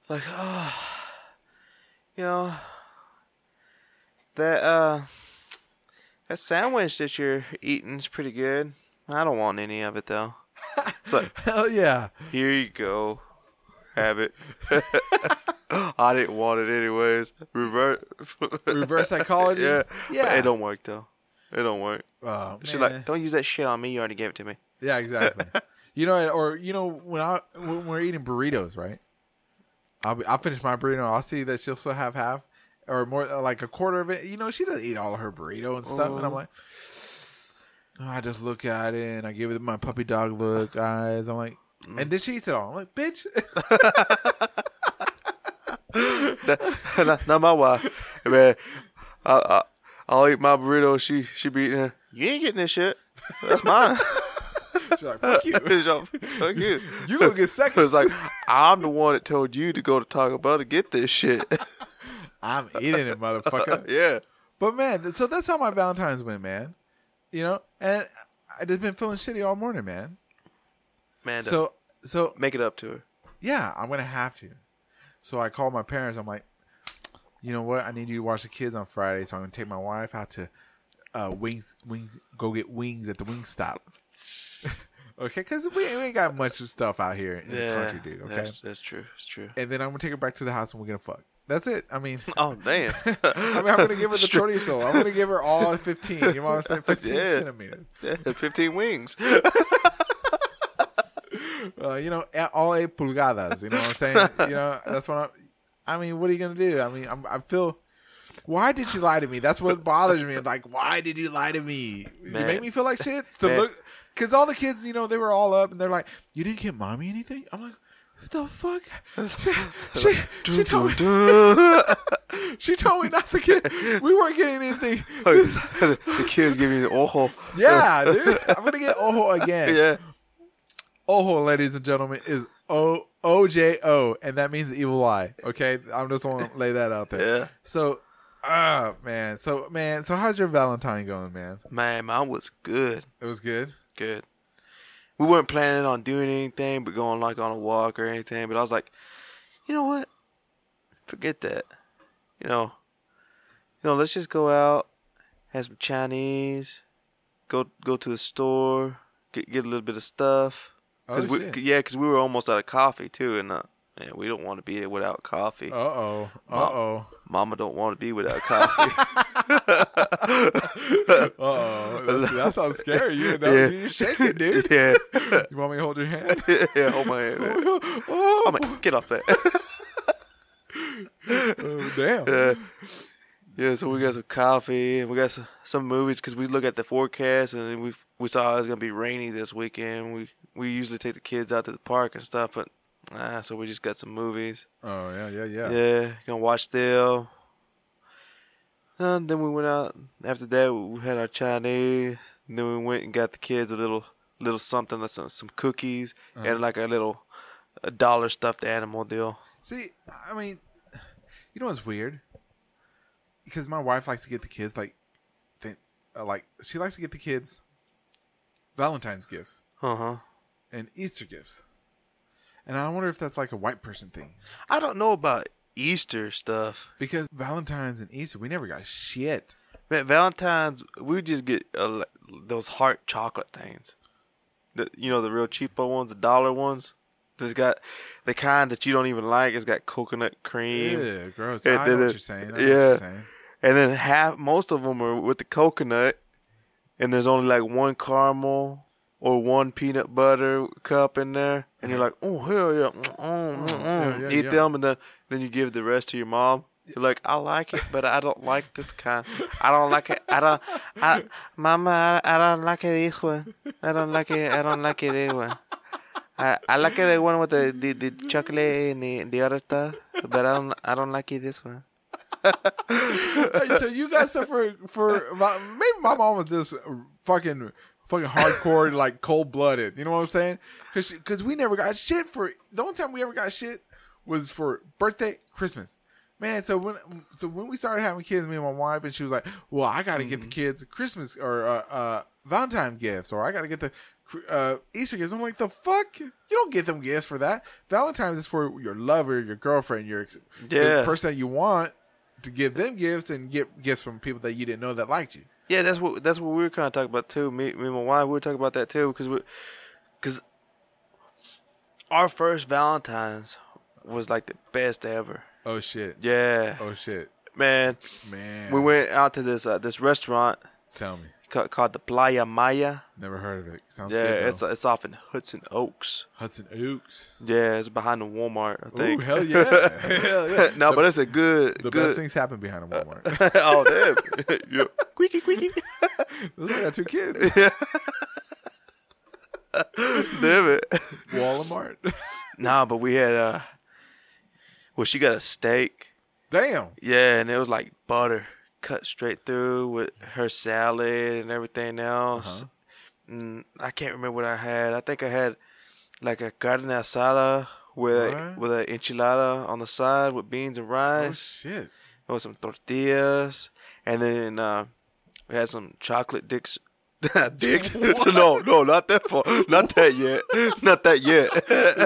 like, oh, you know, that uh, that sandwich that you're eating is pretty good. I don't want any of it though. It's like,
Hell yeah.
here you go, have it. I didn't want it anyways. Revert.
Reverse psychology.
yeah,
yeah.
yeah. It don't work though. It don't work.
Oh,
She's
man.
like, "Don't use that shit on me. You already gave it to me."
yeah, exactly. you know, or you know, when I when we're eating burritos, right? I'll be, I'll finish my burrito. I'll see that she'll still have half or more, uh, like a quarter of it. You know, she doesn't eat all her burrito and stuff,
Mm.
and I'm like. I just look at it and I give it my puppy dog look eyes. I'm like, and then she eats it all. I'm like, bitch,
not, not my wife, man. I, I, I'll eat my burrito. She she be eating. it. You ain't getting this shit. That's mine.
she's like, fuck you.
It's your- fuck you.
You gonna get second.
It's like I'm the one that told you to go to Taco Bell to get this shit.
I'm eating it, motherfucker.
yeah.
But man, th- so that's how my Valentine's went, man. You know, and I just been feeling shitty all morning, man.
Man, so
So, so
make it up to her.
yeah, I'm gonna have to. So I called my parents. I'm like, you know what? I need you to watch the kids on Friday, so I'm gonna take my wife out to uh, wings, wings, go get wings at the wing stop. okay, because we, we ain't got much stuff out here in the country, dude. Okay,
that's, that's true. It's true.
and then I'm gonna take her back to the house and we're gonna fuck. That's it. I mean.
Oh damn.
I mean, I'm gonna give her the chorizo. I'm gonna give her all 15. You know what I'm saying? 15
Yeah.
centimeters.
Fifteen wings.
Uh, you know, a- all eight pulgadas. You know what I'm saying? you know, that's what I'm. I mean, what are you gonna do? I mean, I'm, I feel. Why did you lie to me? That's what bothers me. Like, why did you lie to me? You
Man.
make me feel like shit. To
Man.
look, because all the kids, you know, they were all up and they're like, "You didn't get mommy anything." I'm like, the fuck? she, she, told me,
Dun-dun-dun.
she told me not to get. We weren't getting anything.
Oh, the kids give you the oh.
Yeah, dude. I'm gonna get ojo again.
Yeah.
Ojo, Oh, ladies and gentlemen, is O O J O, and that means evil eye. Okay, I'm just want to lay that out there.
Yeah.
So, ah, man. So, man. So, how's your Valentine going, man?
Man, mine was good.
It was good.
Good. We weren't planning on doing anything but going like on a walk or anything, but I was like, you know what? Forget that. You know, you know, let's just go out, have some Chinese, go go to the store, get get a little bit of stuff. Cause
Oh,
we,
shit.
yeah, because we were almost out of coffee too, and uh, man, we don't want to be without coffee.
Uh oh. Uh oh.
Mama don't want to be without coffee.
Uh oh. That, that sounds scary. You know,
Yeah.
you're shaking, dude.
yeah,
You want me to hold your hand?
yeah, hold my hand. man.
oh,
I'm like, get off that.
oh, damn.
Yeah, so we got some coffee and we got some, some movies because we look at the forecast and we we saw it was gonna be rainy this weekend. We we usually take the kids out to the park and stuff, but ah, so we just got some movies.
Oh yeah, yeah, yeah.
Yeah, gonna watch them. And then we went out. After that, we had our Chinese. And then we went and got the kids a little little something, like some some cookies and like a little a dollar stuffed animal deal.
See, I mean, you know what's weird? Because my wife likes to get the kids like, th- uh, like she likes to get the kids Valentine's gifts
Uh huh.
and Easter gifts, and I wonder if that's like a white person thing.
I don't know about Easter stuff.
Because Valentine's and Easter, we never got shit.
Man, Valentine's, we just get uh, those heart chocolate things. The, you know, the real cheapo ones, the dollar ones. That's got the kind that you don't even like. It's got coconut cream.
Yeah, gross.
And
I know
then
what
it-
you're saying. I know what
yeah.
you're saying.
And then half, most of them are with the coconut. And there's only like one caramel or one peanut butter cup in there. And you're like, oh, hell yeah. Mm, mm, mm, mm.
Mm-hmm. yeah,
Eat
yeah.
them. And then, then you give the rest to your mom. You're like, I like it, but I don't like this kind. I don't like it. I don't. I, mama, I, I don't like it this one. I don't like it. I don't like it this one. I, I like it the one with the, the, the chocolate and the, the other stuff, but I don't I don't like it this one.
Hey, so you got stuff for for my- maybe my mom was just fucking fucking hardcore like cold blooded. You know what I'm saying? Because because we never got shit for the only time we ever got shit was for birthday Christmas. Man, so when so when we started having kids, me and my wife, and she was like, "Well, I got to get the kids Christmas or uh, uh, Valentine gifts, or I got to get the uh, Easter gifts." I'm like, "The fuck? You don't get them gifts for that. Valentine's is for your lover, your girlfriend, your ex- the
Yeah.
person that you want." to give them gifts and get gifts from people that you didn't know that liked you.
Yeah, that's what that's what we were kind of talking about too. Me, me and my wife, we were talking about that too because we, because our first Valentine's was like the best ever.
Oh shit.
Yeah,
Oh shit.
man,
Man.
we went out to this uh, this restaurant
Tell me.
called, called the Playa Maya.
Never heard of it. Sounds
Yeah,
good.
it's
though.
it's off in Hudson Oaks.
Hudson Oaks.
Yeah, it's behind the Walmart. I
Oh
think.
hell yeah. hell yeah.
no, but it's a good
The best
good.
things happen behind a Walmart.
oh damn! yeah. Queaky queaky.
Those I got two kids.
damn it.
Walmart.
Nah, but we had uh, well, she got a steak.
Damn.
Yeah, and it was like butter cut straight through with her salad and everything else.
Uh-huh.
And I can't remember what I had. I think I had like a carne asada with a,
What?
with an enchilada on the side with beans and
Oh
rice
shit.
or some tortillas, and then uh, we had some chocolate dicks. dicks? no, no, not that far. Not that yet. Not that yet.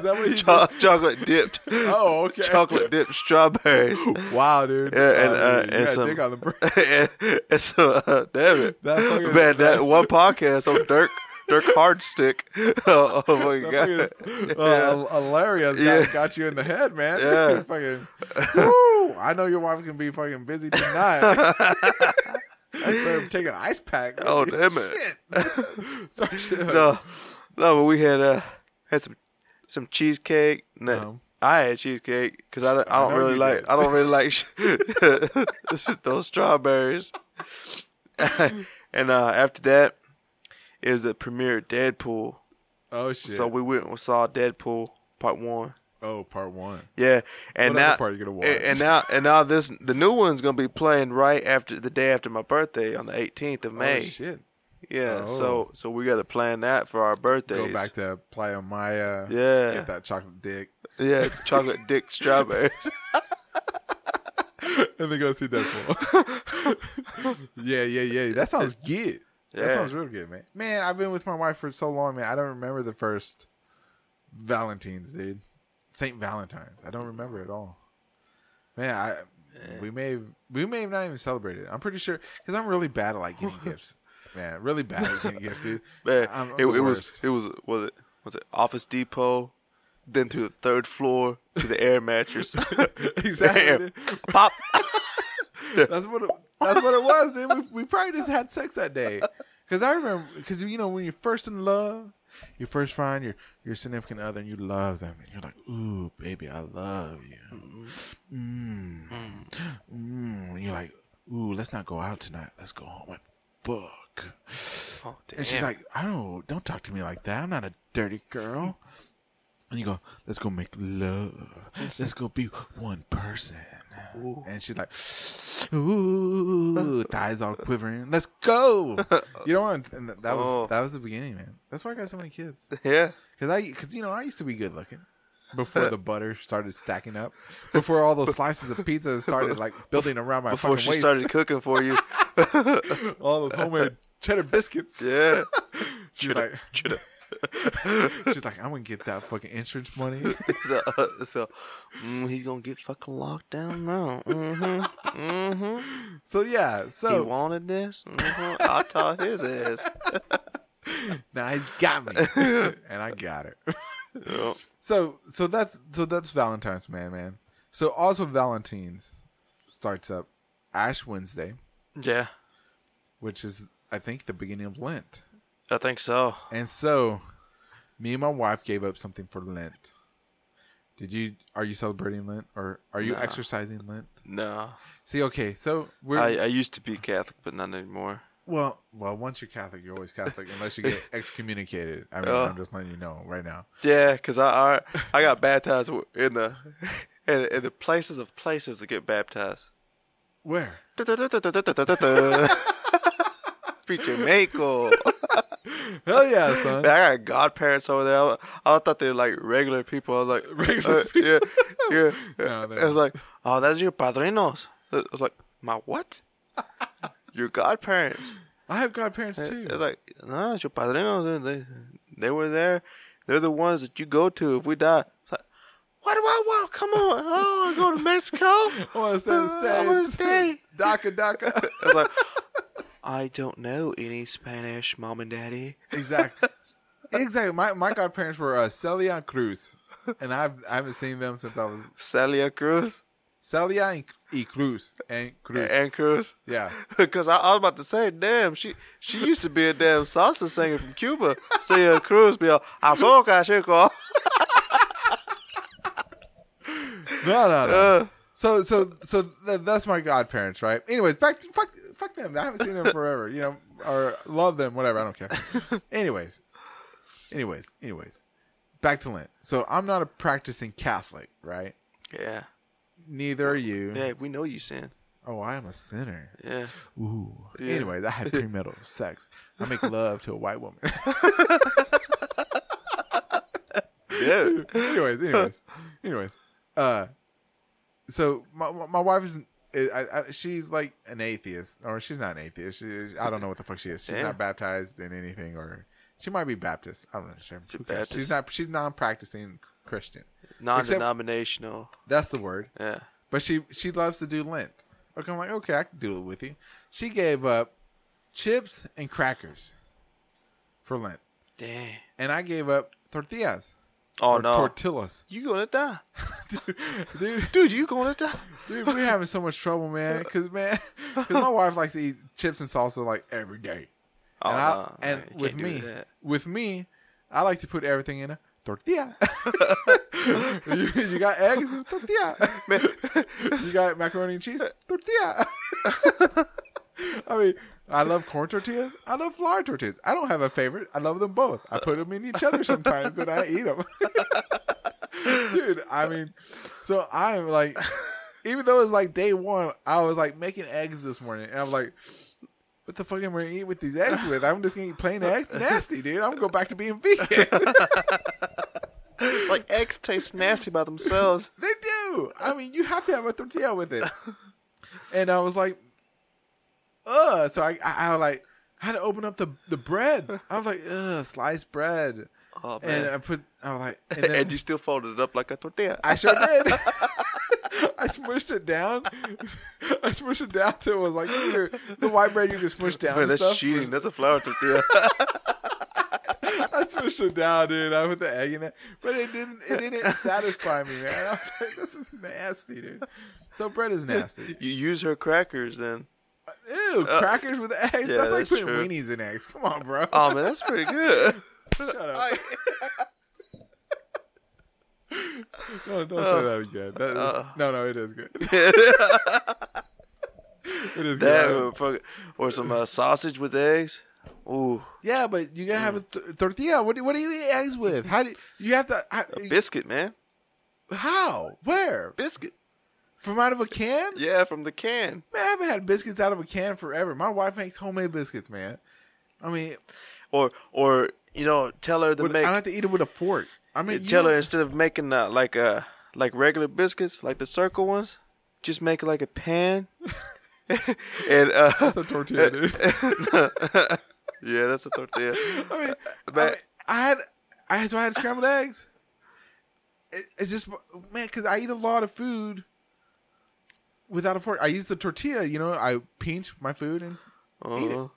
what he
Cho- chocolate dipped.
Oh okay.
Chocolate dipped strawberries.
Wow, dude.
Yeah, and,
Oh,
uh,
dude, you
and
got
some-
dick on the brain.
and, and so, uh, damn it,
That fucking-
man, that one podcast on Dirk Dirk Hardstick. Oh, oh
That
my god,
fucking is, uh, hilarious. Got,
Yeah.
got you in the head, man.
Yeah.
fucking, woo, I know your wife can be fucking busy tonight. I better take an ice pack.
oh damn it.
Sorry, shit.
No, no, but we had uh had some some cheesecake. and that-
Um.
I had cheesecake because I don't, I don't
know
really
you
like
did.
I don't really like sh- those strawberries. and uh, after that is the premiere of Deadpool.
Oh shit.
So we went and saw Deadpool Part One.
Oh, part one.
Yeah, and
What other
now
part you gonna
a- And,
watch?
now and now this the new one's gonna be playing right after the day after my birthday on the 18th of May.
Oh, shit.
Yeah,
Oh.
so so we gotta plan that for our birthdays.
Go back to Playa Maya.
Yeah.
Get that chocolate dick.
yeah, chocolate dick strawberries.
and then go see Deadpool. yeah, yeah, yeah. That sounds good. That
Yeah.
sounds real good, man. Man, I've been with my wife for so long, man. I don't remember the first Valentine's, dude. Saint Valentine's. I don't remember at all. Man, I we may have, we may have not even celebrated. I'm pretty sure because I'm really bad at like getting gifts. Man, really bad at getting gifts, dude.
Man,
I'm- I'm
it,
the
it was
worst.
it was was it was it Office Depot, then to the third floor to the air mattress.
Exactly,
Bam.
dude.
Pop.
That's what it, that's what it was. Dude. We, we probably just had sex that day. Because I remember, because you know when you're first in love, you first find your your significant other and you love them, and you're like, "Ooh, baby, I love you." Mm. Mm. And you're like, "Ooh, let's not go out tonight. Let's go home and fuck."
Oh, damn.
And she's like, "I don't don't talk to me like that. I'm not a dirty girl." And you go, "Let's go make love. Let's go be one person." And she's like, "Ooh, thighs all quivering. Let's go." You know, and and that was
Oh.
that was the beginning, man. That's why I got so many kids.
yeah.
Cause I, cause you know, I used to be good looking before the butter started stacking up, before all those slices of pizza started like building around my
Before
fucking
she
waist,
started cooking for you.
all those homemade cheddar biscuits.
Yeah.
She's like,
Shoulda.
she's like, I'm gonna get that fucking insurance money.
so, uh, so mm, he's gonna get fucking locked down now. hmm
So yeah,
He
so
wanted this. hmm I taught his ass.
now he's got me, and I got it.
Yep.
So so that's so that's Valentine's, man, man. So also Valentine's starts up Ash Wednesday,
Yeah,
which is I think the beginning of Lent.
I think so.
And so, me and my wife gave up something for Lent. Did you? Are you celebrating Lent, or are you
Nah.
exercising Lent?
No,
See, okay, so we're
I, I used to be Catholic, but not anymore.
well, well. Once you're Catholic, you're always Catholic, unless you get excommunicated. I mean,
Oh.
I'm just letting you know right now.
Yeah, cause I I, I got baptized in the in, the- in the places of places to get baptized.
Where?
Be Jamaica.
Hell yeah, son.
Man, I got godparents over there. I, I thought they were like regular people. I was like,
Regular
uh, yeah, yeah.
No, they're
I was like, oh, that's your padrinos. I was like, my what? your godparents.
I have godparents too.
It's like, no, it's your padrinos. They, they were there. They're the ones that you go to if we die. It's like, what do I want? Come on, I don't want to go to Mexico. I
I want to stay in the
I
states.
wanna stay.
Daca, daca.
was like, I don't know any Spanish, mom and daddy.
Exactly. exactly. My my godparents were uh, Celia and Cruz, and I've I haven't seen them since I was
Celia Cruz
Celia and, y Cruz and Cruz.
and Cruz.
yeah.
Because I, I was about to say, damn, she she used to be a damn salsa singer from Cuba. Celia Cruz be all, Azoka, Chico.
No, no, no.
Uh.
so, so, so th- that's my godparents, right? Anyways, back to, fuck, fuck them. I haven't seen them forever, you know, or love them, whatever. I don't care. anyways, anyways, anyways, back to Lent. So I'm not a practicing Catholic, right?
Yeah.
Neither are you.
Yeah, we know you sin.
Oh, I am a sinner.
Yeah.
Ooh. Anyways, I had premarital sex. I make love to a white woman.
Yeah.
anyways, anyways, anyways. Uh, so my my wife is I, I, she's like an atheist, or she's not an atheist. She, I don't know what the fuck she is. She's
Yeah.
not baptized in anything, or she might be Baptist. I'm not sure.
She's
Who cares? She's
Baptist.
not. She's non-practicing Christian.
Non denominational.
That's the word.
Yeah.
But she she loves to do Lent. Okay, I'm like, okay, I can do it with you. She gave up chips and crackers for Lent,
Damn.
and I gave up tortillas
Oh
or
no.
tortillas.
you gonna die.
Dude,
Dude, you gonna die.
Dude, we're having so much trouble, man. Cause man, 'cause my wife likes to eat chips and salsa like every day,
Oh,
and I,
no,
and
you can't
with
do
me,
that.
with me, I like to put everything in a tortilla. you, you got eggs, tortilla. you got macaroni and cheese, tortilla. I mean, I love corn tortillas. I love flour tortillas. I don't have a favorite. I love them both. I put them in each other sometimes, and I eat them. dude. I mean, so I'm like, even though it's like day one, I was like making eggs this morning, and I'm like, what the fuck am I gonna eat with these eggs with? I'm just gonna eat plain eggs, nasty, dude. I'm gonna go back to being vegan.
like eggs taste nasty by themselves.
They do. I mean, you have to have a tortilla with it. And I was like, ugh. So I, I, I like had to open up the the bread. I was like, ugh, sliced bread.
Oh
And
man.
I put, I was like, and
And,
then
you still folded it up like a tortilla.
I sure did. I smushed it down. I smushed it down till it was like you know, the white bread you can smush down.
Man,
and
that's
stuff.
cheating. That's a flour tortilla.
I smushed it down, dude. I put the egg in it, but it didn't. It didn't satisfy me, man. I was like, this is nasty, dude. So bread is nasty.
you use her crackers then.
Ew, crackers with eggs.
Uh, yeah,
that's like
that's
putting
true.
weenies in eggs. Come on, bro.
Oh man, that's pretty good.
Shut up. no,
uh,
don't say that again. That- no, no, it is good. it is
That
good.
or, fuck- or some uh, sausage with eggs. Ooh,
Yeah, but you gotta have a t- tortilla. What do, what do you eat eggs with? How do you, you have to? How,
biscuit, man.
how? Where?
Biscuit.
From out of a can?
Yeah, from the can.
Man, I haven't had biscuits out of a can forever. My wife makes homemade biscuits, man. I mean,
Or or you know, tell her to
with, I
make.
don't have to eat it with a fork. I mean, you-
tell her instead of making uh, like uh like regular biscuits, like the circle ones, just make like a pan. and uh,
It's a tortilla, dude.
yeah, that's a tortilla.
I mean, I,
But-
mean, I had, I had, so I had scrambled eggs. It, it's just, man, because I eat a lot of food without a fork. I use the tortilla, you know, I pinch my food and eat it.
Uh-huh.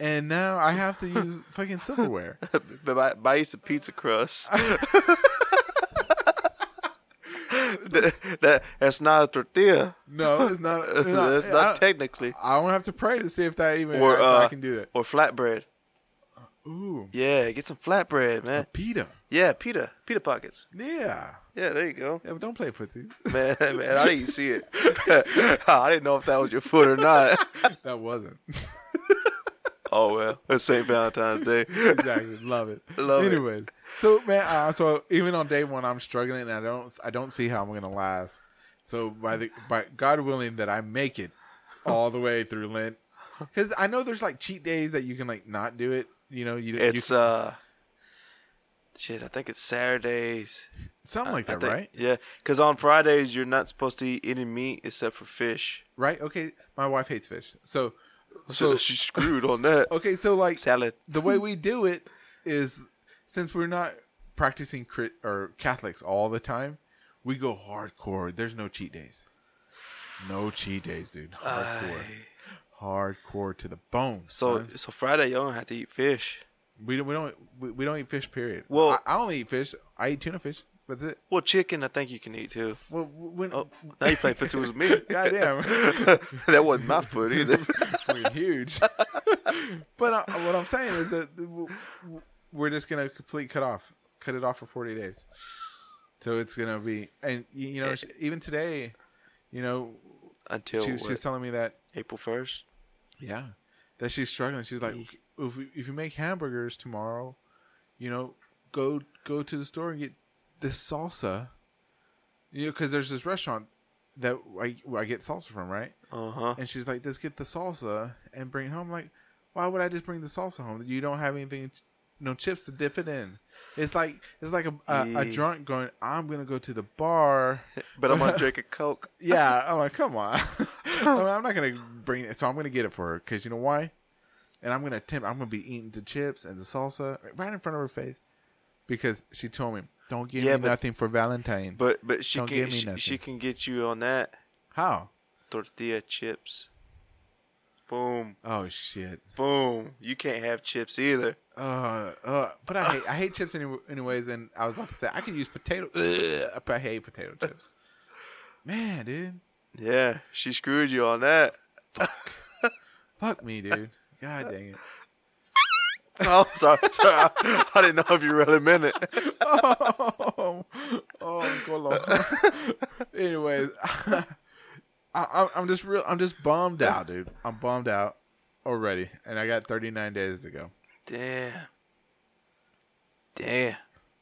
And now I have to use fucking silverware.
But buy, buy you some pizza crust. that, that that's not a tortilla.
No, it's not. It's not,
that's
I
not
don't-
technically.
I don't have to pray to see if that even
Or
if
uh,
I can do that.
Or flatbread.
Ooh,
Yeah, get some flatbread, man.
pita.
Yeah, pita, pita pockets.
Yeah.
Yeah, there you go.
Yeah, but don't play footsie.
Man, man, I didn't see it. I didn't know if that was your foot or not.
that wasn't.
Oh well, it's St. Valentine's Day.
exactly. Love it.
Love it.
Anyways, so man, uh, so even on day one, I'm struggling, and I don't, I don't see how I'm gonna last. So by the by, God willing, that I make it all the way through Lent, because I know there's like cheat days that you can like not do it. You know, you
It's
you,
uh, shit. I think it's Saturdays.
something like
I
that,
think-
right?
Yeah, because on Fridays you're not supposed to eat any meat except for fish.
Right? Okay. My wife hates fish, so
So
so
she's screwed on that.
okay. So like
Salad.
the way we do it is since we're not practicing crit or Catholics all the time, we go hardcore. There's no cheat days. No cheat days, dude. Hardcore. Hardcore to the bone.
So
son.
so Friday you don't have to eat fish.
we don't we don't we, we don't eat fish. Period.
Well-
I, I only eat fish. I eat tuna fish. That's it.
Well, chicken I think you can eat too.
Well, when
Oh, now you playing footy with me.
goddamn,
that wasn't my foot either.
we're huge. but uh, what I'm saying is that w- w- we're just gonna complete cut off, cut it off for 40 days. So it's gonna be, and y- you know, she- even today, you know,
Until
she, she was
what,
telling me that,
April first.
yeah, that she's struggling. She's like, if we, if you make hamburgers tomorrow, you know, go go to the store and get this salsa, you know, because there's this restaurant that I, where I get salsa from, right?
Uh huh.
And she's like, just get the salsa and bring it home. I'm like, why would I just bring the salsa home? You don't have anything, no chips to dip it in. It's like it's like a, a, a
Yeah.
drunk going, I'm gonna go to the bar.
But I'm gonna drink a coke.
Yeah, I'm like, come on, I'm, I'm not gonna bring it. So I'm gonna get it for her because you know why? And I'm gonna attempt. I'm gonna be eating the chips and the salsa right in front of her face because she told me, don't give
Yeah,
me
but-
nothing for Valentine.
But but she
Don't
can
give me
she, she
nothing.
can get you on that
how?
tortilla chips. Boom
Oh shit.
boom. You can't have chips either.
Uh, uh, but I hate, I hate chips any, anyways, and I was about to say I could use potato. Ugh, but I hate potato chips. Man, dude,
Yeah, she screwed you on that.
fuck me, dude. God dang it.
Oh, sorry, sorry. I, I didn't know if you really meant it.
Oh, oh, I'm going Anyways, I, I, I'm just real. I'm just bummed out, dude. I'm bummed out already, and I got 39 days to go.
Damn. Damn.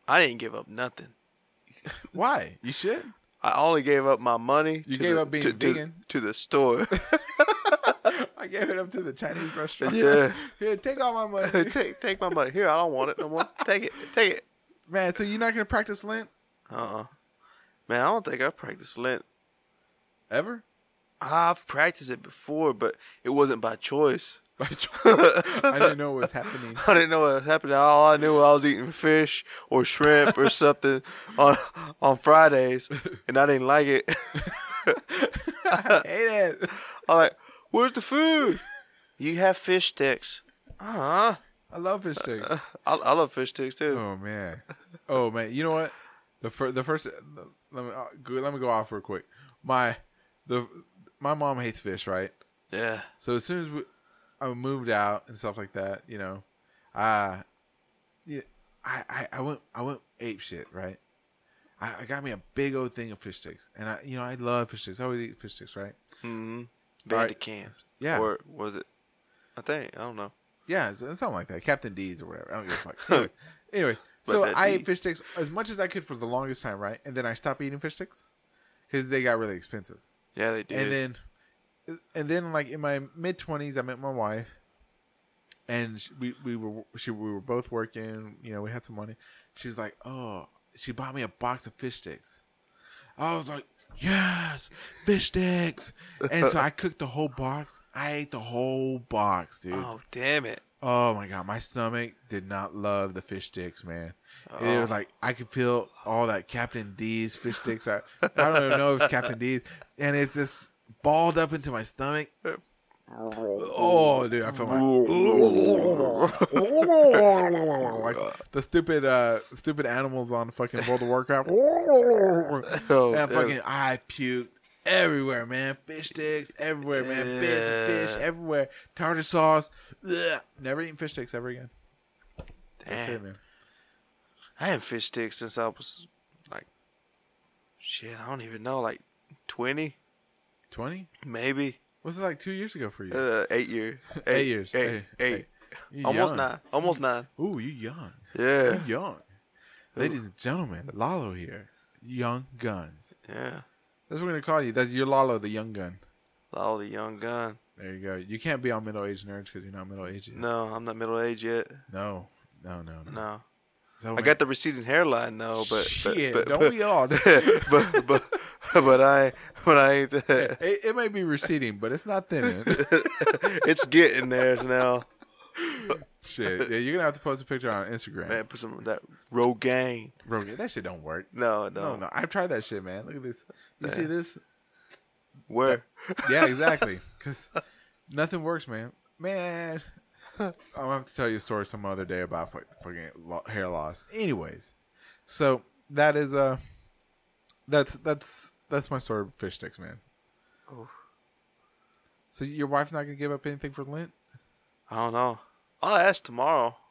I didn't give up nothing.
Why? You should.
I only gave up my money.
You
to
gave
the-
up being
to- to-
vegan?
to the store.
I gave it up to the Chinese restaurant.
Yeah.
Here, take all my money.
take take my money. Here, I don't want it no more. Take it. Take it.
Man, so you're not gonna practice Lent
Uh-uh. Man, I don't think I practiced Lent.
ever?
I've practiced it before, but it wasn't by choice.
By choice. I didn't know what was happening.
I didn't know what happened. All I knew was I was eating fish or shrimp or something on on Fridays, and I didn't like it.
Hey, that.
I'm like, "Where's the food? You have fish sticks. Uh huh.
I love fish sticks.
I, I love fish sticks too.
Oh man. Oh man. You know what? The first, the first. Let me uh, go- let me go off real quick. My the my mom hates fish, right?
Yeah.
So as soon as we, I moved out and stuff like that, you know, I, yeah, I, I, I went, I went ape shit, right? I, I got me a big old thing of fish sticks, and I, you know, I love fish sticks. I always eat fish sticks, right? All right.
Bandicam.
Yeah.
Or was it? I think I don't know.
Yeah, it's- it's something like that. Captain D's or whatever. I don't give a fuck. Anyway, anyway, so
that
I
D.
ate fish sticks as much as I could for the longest time, right? And then I stopped eating fish sticks because they got really expensive.
Yeah, they did.
and then and then like in my mid 20s i met my wife and sh- we we were she we were both working you know we had some money she was like oh she bought me a box of fish sticks i was like yes fish sticks and so i cooked the whole box i ate the whole box dude
oh damn it!
Oh my god, my stomach did not love the fish sticks, man. It was like I could feel all that Captain D's fish sticks. I, I don't even know if it's Captain D's, and it's just balled up into my stomach. Oh, dude, I felt Oh, like, like the stupid, uh, stupid animals on fucking World of Warcraft.
Oh,
and I
dude.
fucking I puked everywhere, man. Fish sticks everywhere, man. Bits of fish everywhere. Tartar sauce. Ugh. Never eaten fish sticks ever again. That's it,
Damn.
man.
I haven't fish sticks since I was like, shit, I don't even know, like twenty,
Twenty?
maybe
Was it like two years ago for you?
uh, eight year, eight,
years.
eight,
Hey,
eight,
hey. You
almost
young.
nine, almost nine.
Ooh, you young.
Yeah,
You young. Ladies and gentlemen, Lalo here. Young guns.
yeah.
That's what we're gonna call you. That's your Lalo, the young gun.
Oh, the young gun.
There you go. You can't be on middle aged nerds because you're not middle aged. yet.
No, I'm not middle aged yet.
no, no, no. no.
No,
So
I
many-
got the receding hairline though, but but
Oh shit.
but,
don't
but,
we all?
but, but but I but I ain't.
It, it may be receding, but it's not thinning.
it's getting there now.
shit, yeah, you're gonna have to post a picture on Instagram.
Man, put some of that Rogaine.
Rogan, that shit don't work.
No,
No,
no, Eh.
no, I've tried that shit, man. Look at this. You see this?
Where?
Yeah, exactly. Because nothing works, man. Man, I'll have to tell you a story some other day about fuck- fucking lo- hair loss. Anyways, so that is uh, that's that's that's my story. Of fish sticks, man. So your wife's not gonna give up anything for Lent?
I don't know. I'll ask tomorrow.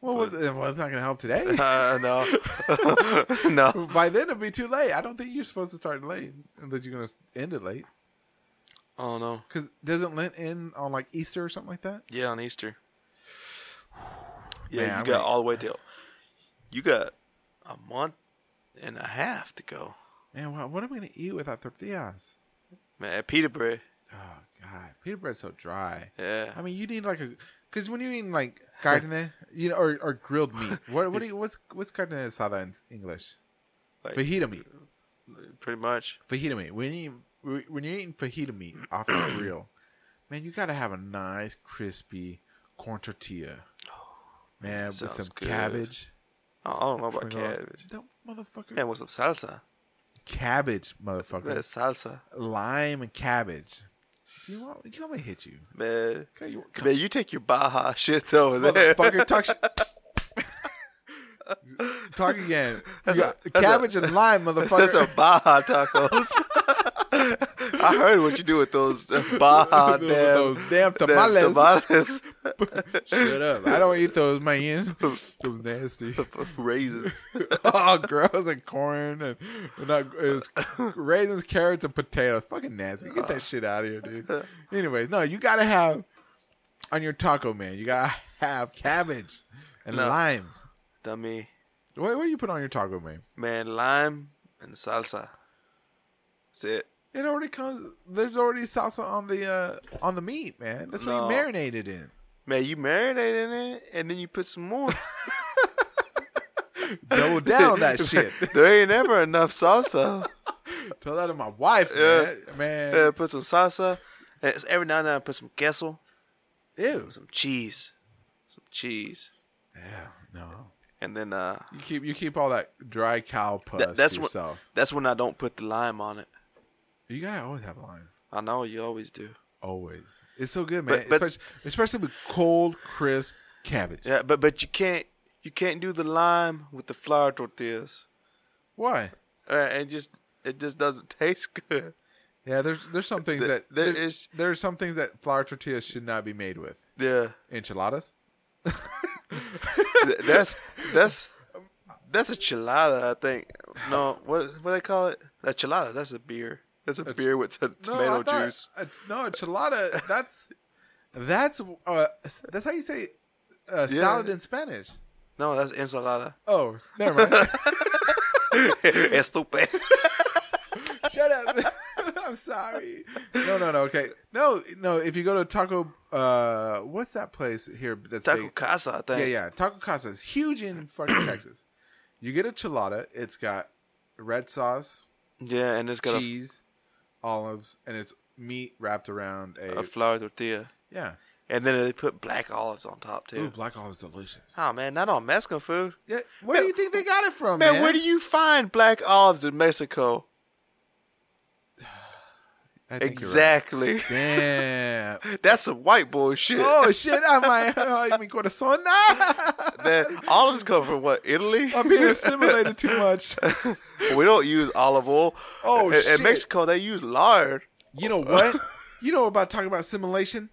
Well, what- well, it's not gonna help today.
Uh, no, no.
By then it'll be too late. I don't think you're supposed to start late unless you're gonna end it late.
Oh no.
Cause doesn't Lent end on like Easter or something like that?
Yeah, on Easter. Yeah,
Man,
you
I'm
got
gonna-
all the way till. You got a month and a half to go.
Man, what, what am I gonna eat without tortillas?
Man, at pita bread.
Oh God, pita bread's so dry.
Yeah.
I mean, you need like a because when you eat like carne, you know, or, or grilled meat. What what do you, what's what's carne asada in English?
Like-
fajita meat.
Pretty much.
Fajita meat. When you eat, when you're eating fajita meat off the grill, man, you gotta have a nice crispy corn tortilla. Man, with
Oh, sounds
some
good.
cabbage.
I I don't know about
Sprinkle on-
cabbage.
That motherfucker.
Man, with some salsa.
cabbage,
Man,
motherfucker.
salsa.
Lime and cabbage. You want? You want me to hit you?
Man.
Okay, you
Man, you take your Baja shit over there.
motherfucker. Talk. Sh- talk again. You got
a-
cabbage and lime, motherfucker.
That's a Baja tacos. I heard what you do with those uh, Baja
Those-
damn,
those damn tamales.
tamales.
Shut up! I don't eat those, man. Those nasty.
raisins.
oh, gross! And corn and and not it's raisins, carrots, and potatoes. Fucking nasty. Get that shit out of here, dude. Anyways, no, you gotta have on your taco, man. You gotta have cabbage and
No.
lime.
Dummy.
What, what do you put on your taco, man?
Man, lime and salsa. That's it.
It already comes. There's already salsa on the uh, on the meat, man. That's what
No.
you marinated in.
Man, you marinate in it and then you put some more.
Double down on that shit.
there ain't ever enough salsa.
Tell that to my wife,
Yeah.
man. man.
Yeah, put some salsa. And it's- every now and then I put some queso,
Ew.
some cheese, some cheese,
Yeah, no.
and then uh,
You keep you keep all that dry cow pus
th- that's
to
when
yourself.
that's when I don't put the lime on it.
You gotta always have lime.
I know you always do.
Always. It's so good, man.
But- but-
especially, especially with cold, crisp cabbage.
Yeah, but but you can't you can't do the lime with the flour tortillas.
Why?
Uh, it just it just doesn't taste good.
Yeah, there's there's some things
Th-
that
there
there's,
is-
there are some things that flour tortillas should not be made with.
Yeah,
Enchiladas.
Th- that's that's that's a chilada. I think. No, what what they call it? A chilada. That's a beer. That's a beer with t-
No,
tomato
I thought-
juice.
uh, no, enchilada. That's that's uh, that's how you say uh,
Yeah.
salad in Spanish.
No, that's ensalada.
Oh, never mind.
Estúpido.
Shut up. I'm sorry. No, no, no. Okay, no, no. If you go to Taco, uh, what's that place here? That's
Taco
big?
casa. I think.
Yeah, yeah. Taco Casa is huge in fucking Texas. You get a chilada. It's got red sauce,
Yeah, and it's got a,
cheese, olives, and it's meat wrapped around a,
a flour tortilla,
yeah.
and then they put black olives on top too.
Ooh, black olives delicious.
Oh man, not on Mexican food.
Yeah, where do you think they got it from,
Man,
man?
where do you find black olives in Mexico?
I think you're right.
Exactly.
Damn.
That's some white bullshit.
oh shit! I might. I mean, corazón. Ah!
That olives come from what Italy?
I'm being assimilated too much.
we don't use olive oil.
Oh,
in,
shit.
In Mexico, they use lard.
You know what? You know about talking about assimilation,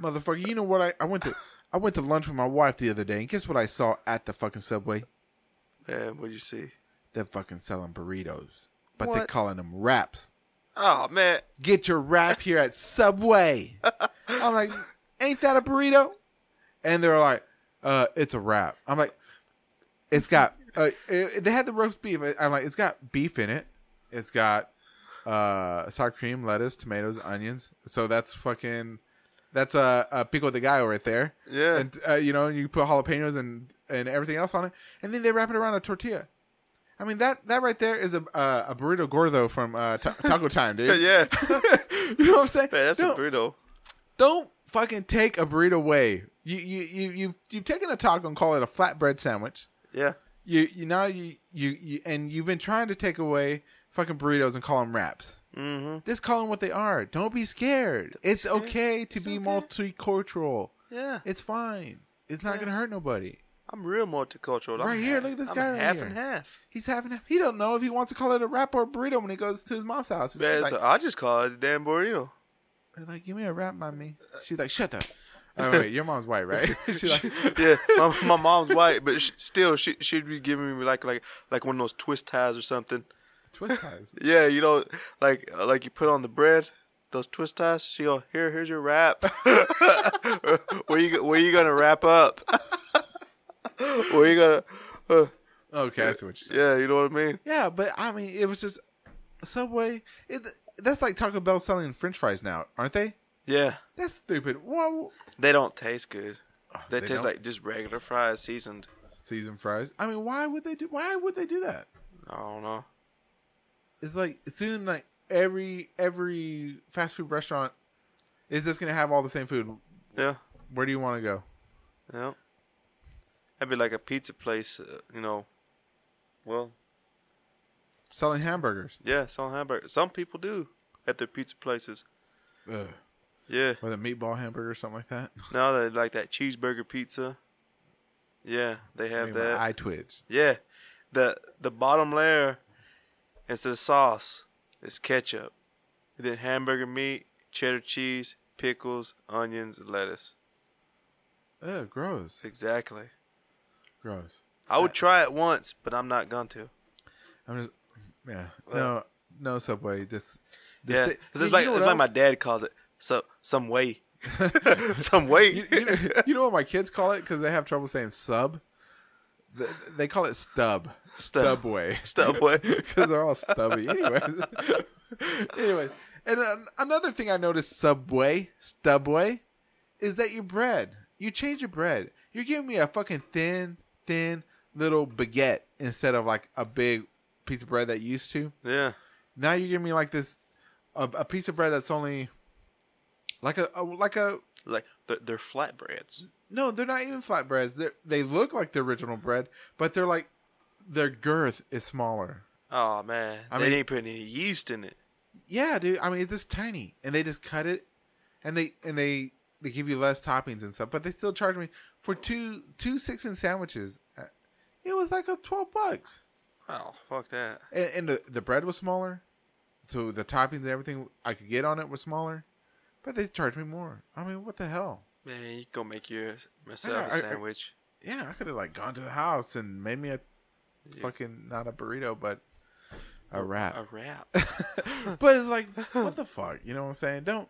motherfucker. You know what? I, I went to I went to lunch with my wife the other day, and guess what I saw at the fucking subway?
Man, what do you see?
They're fucking selling burritos, but they're
What?
calling them wraps.
Oh man,
Get your wrap here at Subway. I'm like, ain't that a burrito? And they're like, uh, it's a wrap. I'm like, it's got. Uh, it, they had the roast beef. I'm like, it's got beef in it. It's got uh, sour cream, lettuce, tomatoes, onions. So that's fucking. That's a, a pico de gallo right there.
Yeah.
and uh, you know, and you put jalapenos and and everything else on it, and then they wrap it around a tortilla. I mean that that right there is a uh, a burrito gordo from uh, ta- Taco Time, dude.
yeah, man,
you know what I'm saying?
that's
don't,
a burrito.
don't fucking take a burrito away. You you you you've, you've taken a taco and call it a flatbread sandwich.
Yeah,
You you now you, you you and you've been trying to take away fucking burritos and call them wraps. Mm-hmm. Just call them what they are. Don't be scared. it's okay to be multicultural.
Yeah.
it's fine. It's not gonna hurt nobody.
I'm real multicultural. I'm
Right here,
half-
look at this
I'm
guy right
half
here.
and half.
He's having. He don't know if he wants to call it a wrap or a burrito when he goes to his mom's house. It's
Man,
like,
so I just call it a damn burrito.
They're like, give me a wrap, mommy. She's like, shut up. Oh, wait, your mom's white, right? She's like,
yeah, my, my mom's white, but sh still, she she'd be giving me like like like one of those twist ties or something.
twist ties.
Yeah, you know, like uh, like you put on the bread, those twist ties. She go here, here's your wrap. where you where you gonna wrap up? where you gonna? Uh,
Okay, that's what you said.
yeah, you know what I mean.
Yeah, but I mean, it was just Subway. It, that's like Taco Bell selling French fries now, aren't they?
Yeah,
That's stupid. Whoa.
they don't taste good. They,
Oh, they
taste
don't?
like just regular fries seasoned.
Seasoned fries. I mean, why would they do? Why would they do that?
I don't know.
It's like soon, like every every fast food restaurant is just gonna have all the same food.
Yeah,
Where do you want to go?
yeah. That'd be like a pizza place, uh, you know. Well,
Selling hamburgers.
yeah, some hamburger. Some people do at their pizza places.
Ugh.
Yeah.
With a meatball hamburger or something like that.
No, they like that cheeseburger pizza. Yeah, they have
Made
that.
my eye twitch.
Yeah, the the bottom layer instead of sauce is ketchup. And then hamburger meat, cheddar cheese, pickles, onions, lettuce.
Ugh, gross.
Exactly.
Gross.
I would try it once, but I'm not going to.
I'm just yeah. No, no subway. Just, just
Yeah,
stay-
'Cause
You-
it's like
you know
it's
what
like my
else?
dad calls it. So some way, some way.
You, you know, you know what my kids call it because they have trouble saying sub. th- they call it stub,
Stub.
stubway,
Stubway.
because they're all stubby. Anyways, anyways, and uh, another thing I noticed, Subway, Stubway, is that your bread, you change your bread. You're giving me a fucking thin, thin little baguette instead of like a big piece of bread that you used to.
Yeah.
Now you're giving me like this, a, a piece of bread that's only like a, a like a
Like they're, they're flatbreads.
no, they're not even flatbreads. They they look like the original bread, but they're like their girth is smaller.
Oh man,
I
they
mean-
ain't putting any yeast in it.
Yeah, dude. I mean, it's this tiny, and they just cut it, and they and they they give you less toppings and stuff, but they still charge me for two two six and sandwiches. Uh, It was like a twelve bucks,
Oh fuck that.
and, and the the bread was smaller, so the toppings and everything I could get on it was smaller, but they charged me more. I mean, what the hell?
Man, you go make your
I-
myself
I-
a sandwich.
Yeah, I could have like gone to the house and made me a fucking not a burrito, but a wrap.
A wrap.
But it's like, what the fuck? You know what I'm saying? Don't.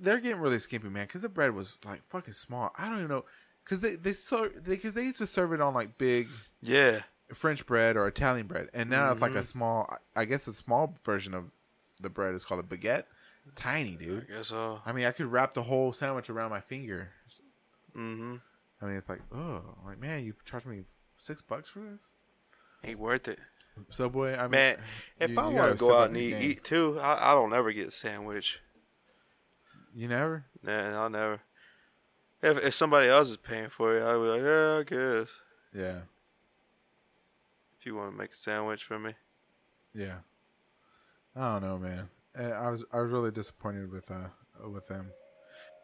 They're getting really skimpy, man, because the bread was like fucking small. I don't even know, because they they serve because they, used to serve it on like big
yeah.
French bread or Italian bread, and now it's like a small. I guess a small version of the bread is called a baguette. Tiny, dude.
I guess so.
I mean, I could wrap the whole sandwich around my finger. Mm-hmm. I mean, it's like, oh, like man, you charged me six bucks for this
Ain't worth it.
Subway. I mean, uh,
Man, if
you-
I
you
want
gotta
to
step
go
up
out and
your
eat,
game.
eat too, I, I don't ever get a sandwich.
you never.
Nah, I'll never. If, if somebody else is paying for it, I'll be like, yeah, I guess.
Yeah.
If you want to make a sandwich for me.
Yeah. I don't know, man. Uh, I was I was really disappointed with uh with them.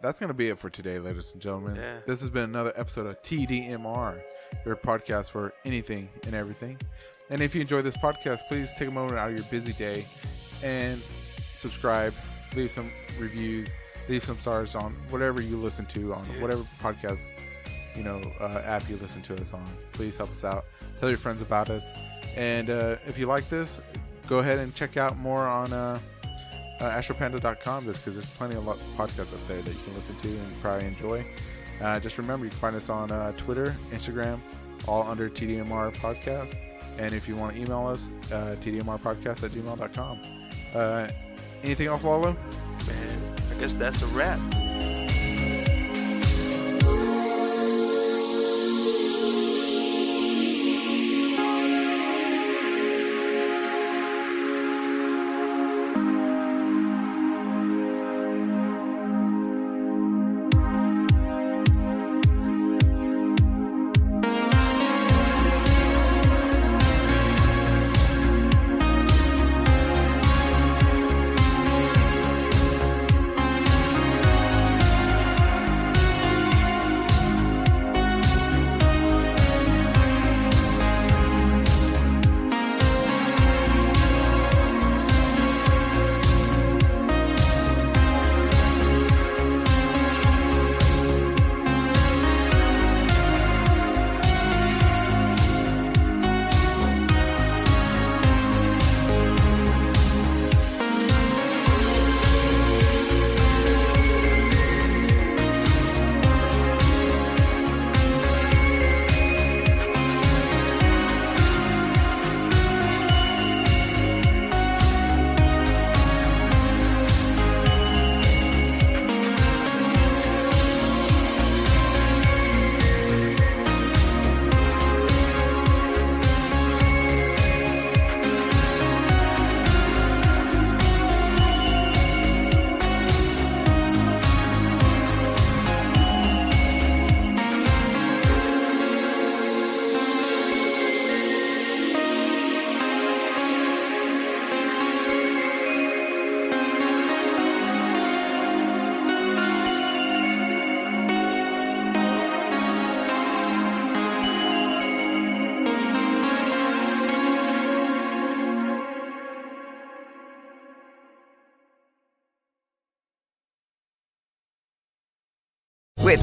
That's gonna be it for today, ladies and gentlemen.
Yeah.
This has been another episode of TDMR, your podcast for anything and everything. And if you enjoy this podcast, please take a moment out of your busy day and subscribe, leave some reviews, leave some stars on whatever you listen to on whatever podcast you know uh, app you listen to us on. Please help us out. Tell your friends about us. And uh, if you like this, go ahead and check out more on uh, uh, astropanda.com just because there's plenty of lot podcasts up there that you can listen to and probably enjoy. Uh, just remember, you can find us on uh, Twitter, Instagram, all under TDMR Podcast. And if you want to email us, uh, tdmrpodcast at gmail.com. Uh, anything else, Lalo?
Man, I guess that's a wrap.
With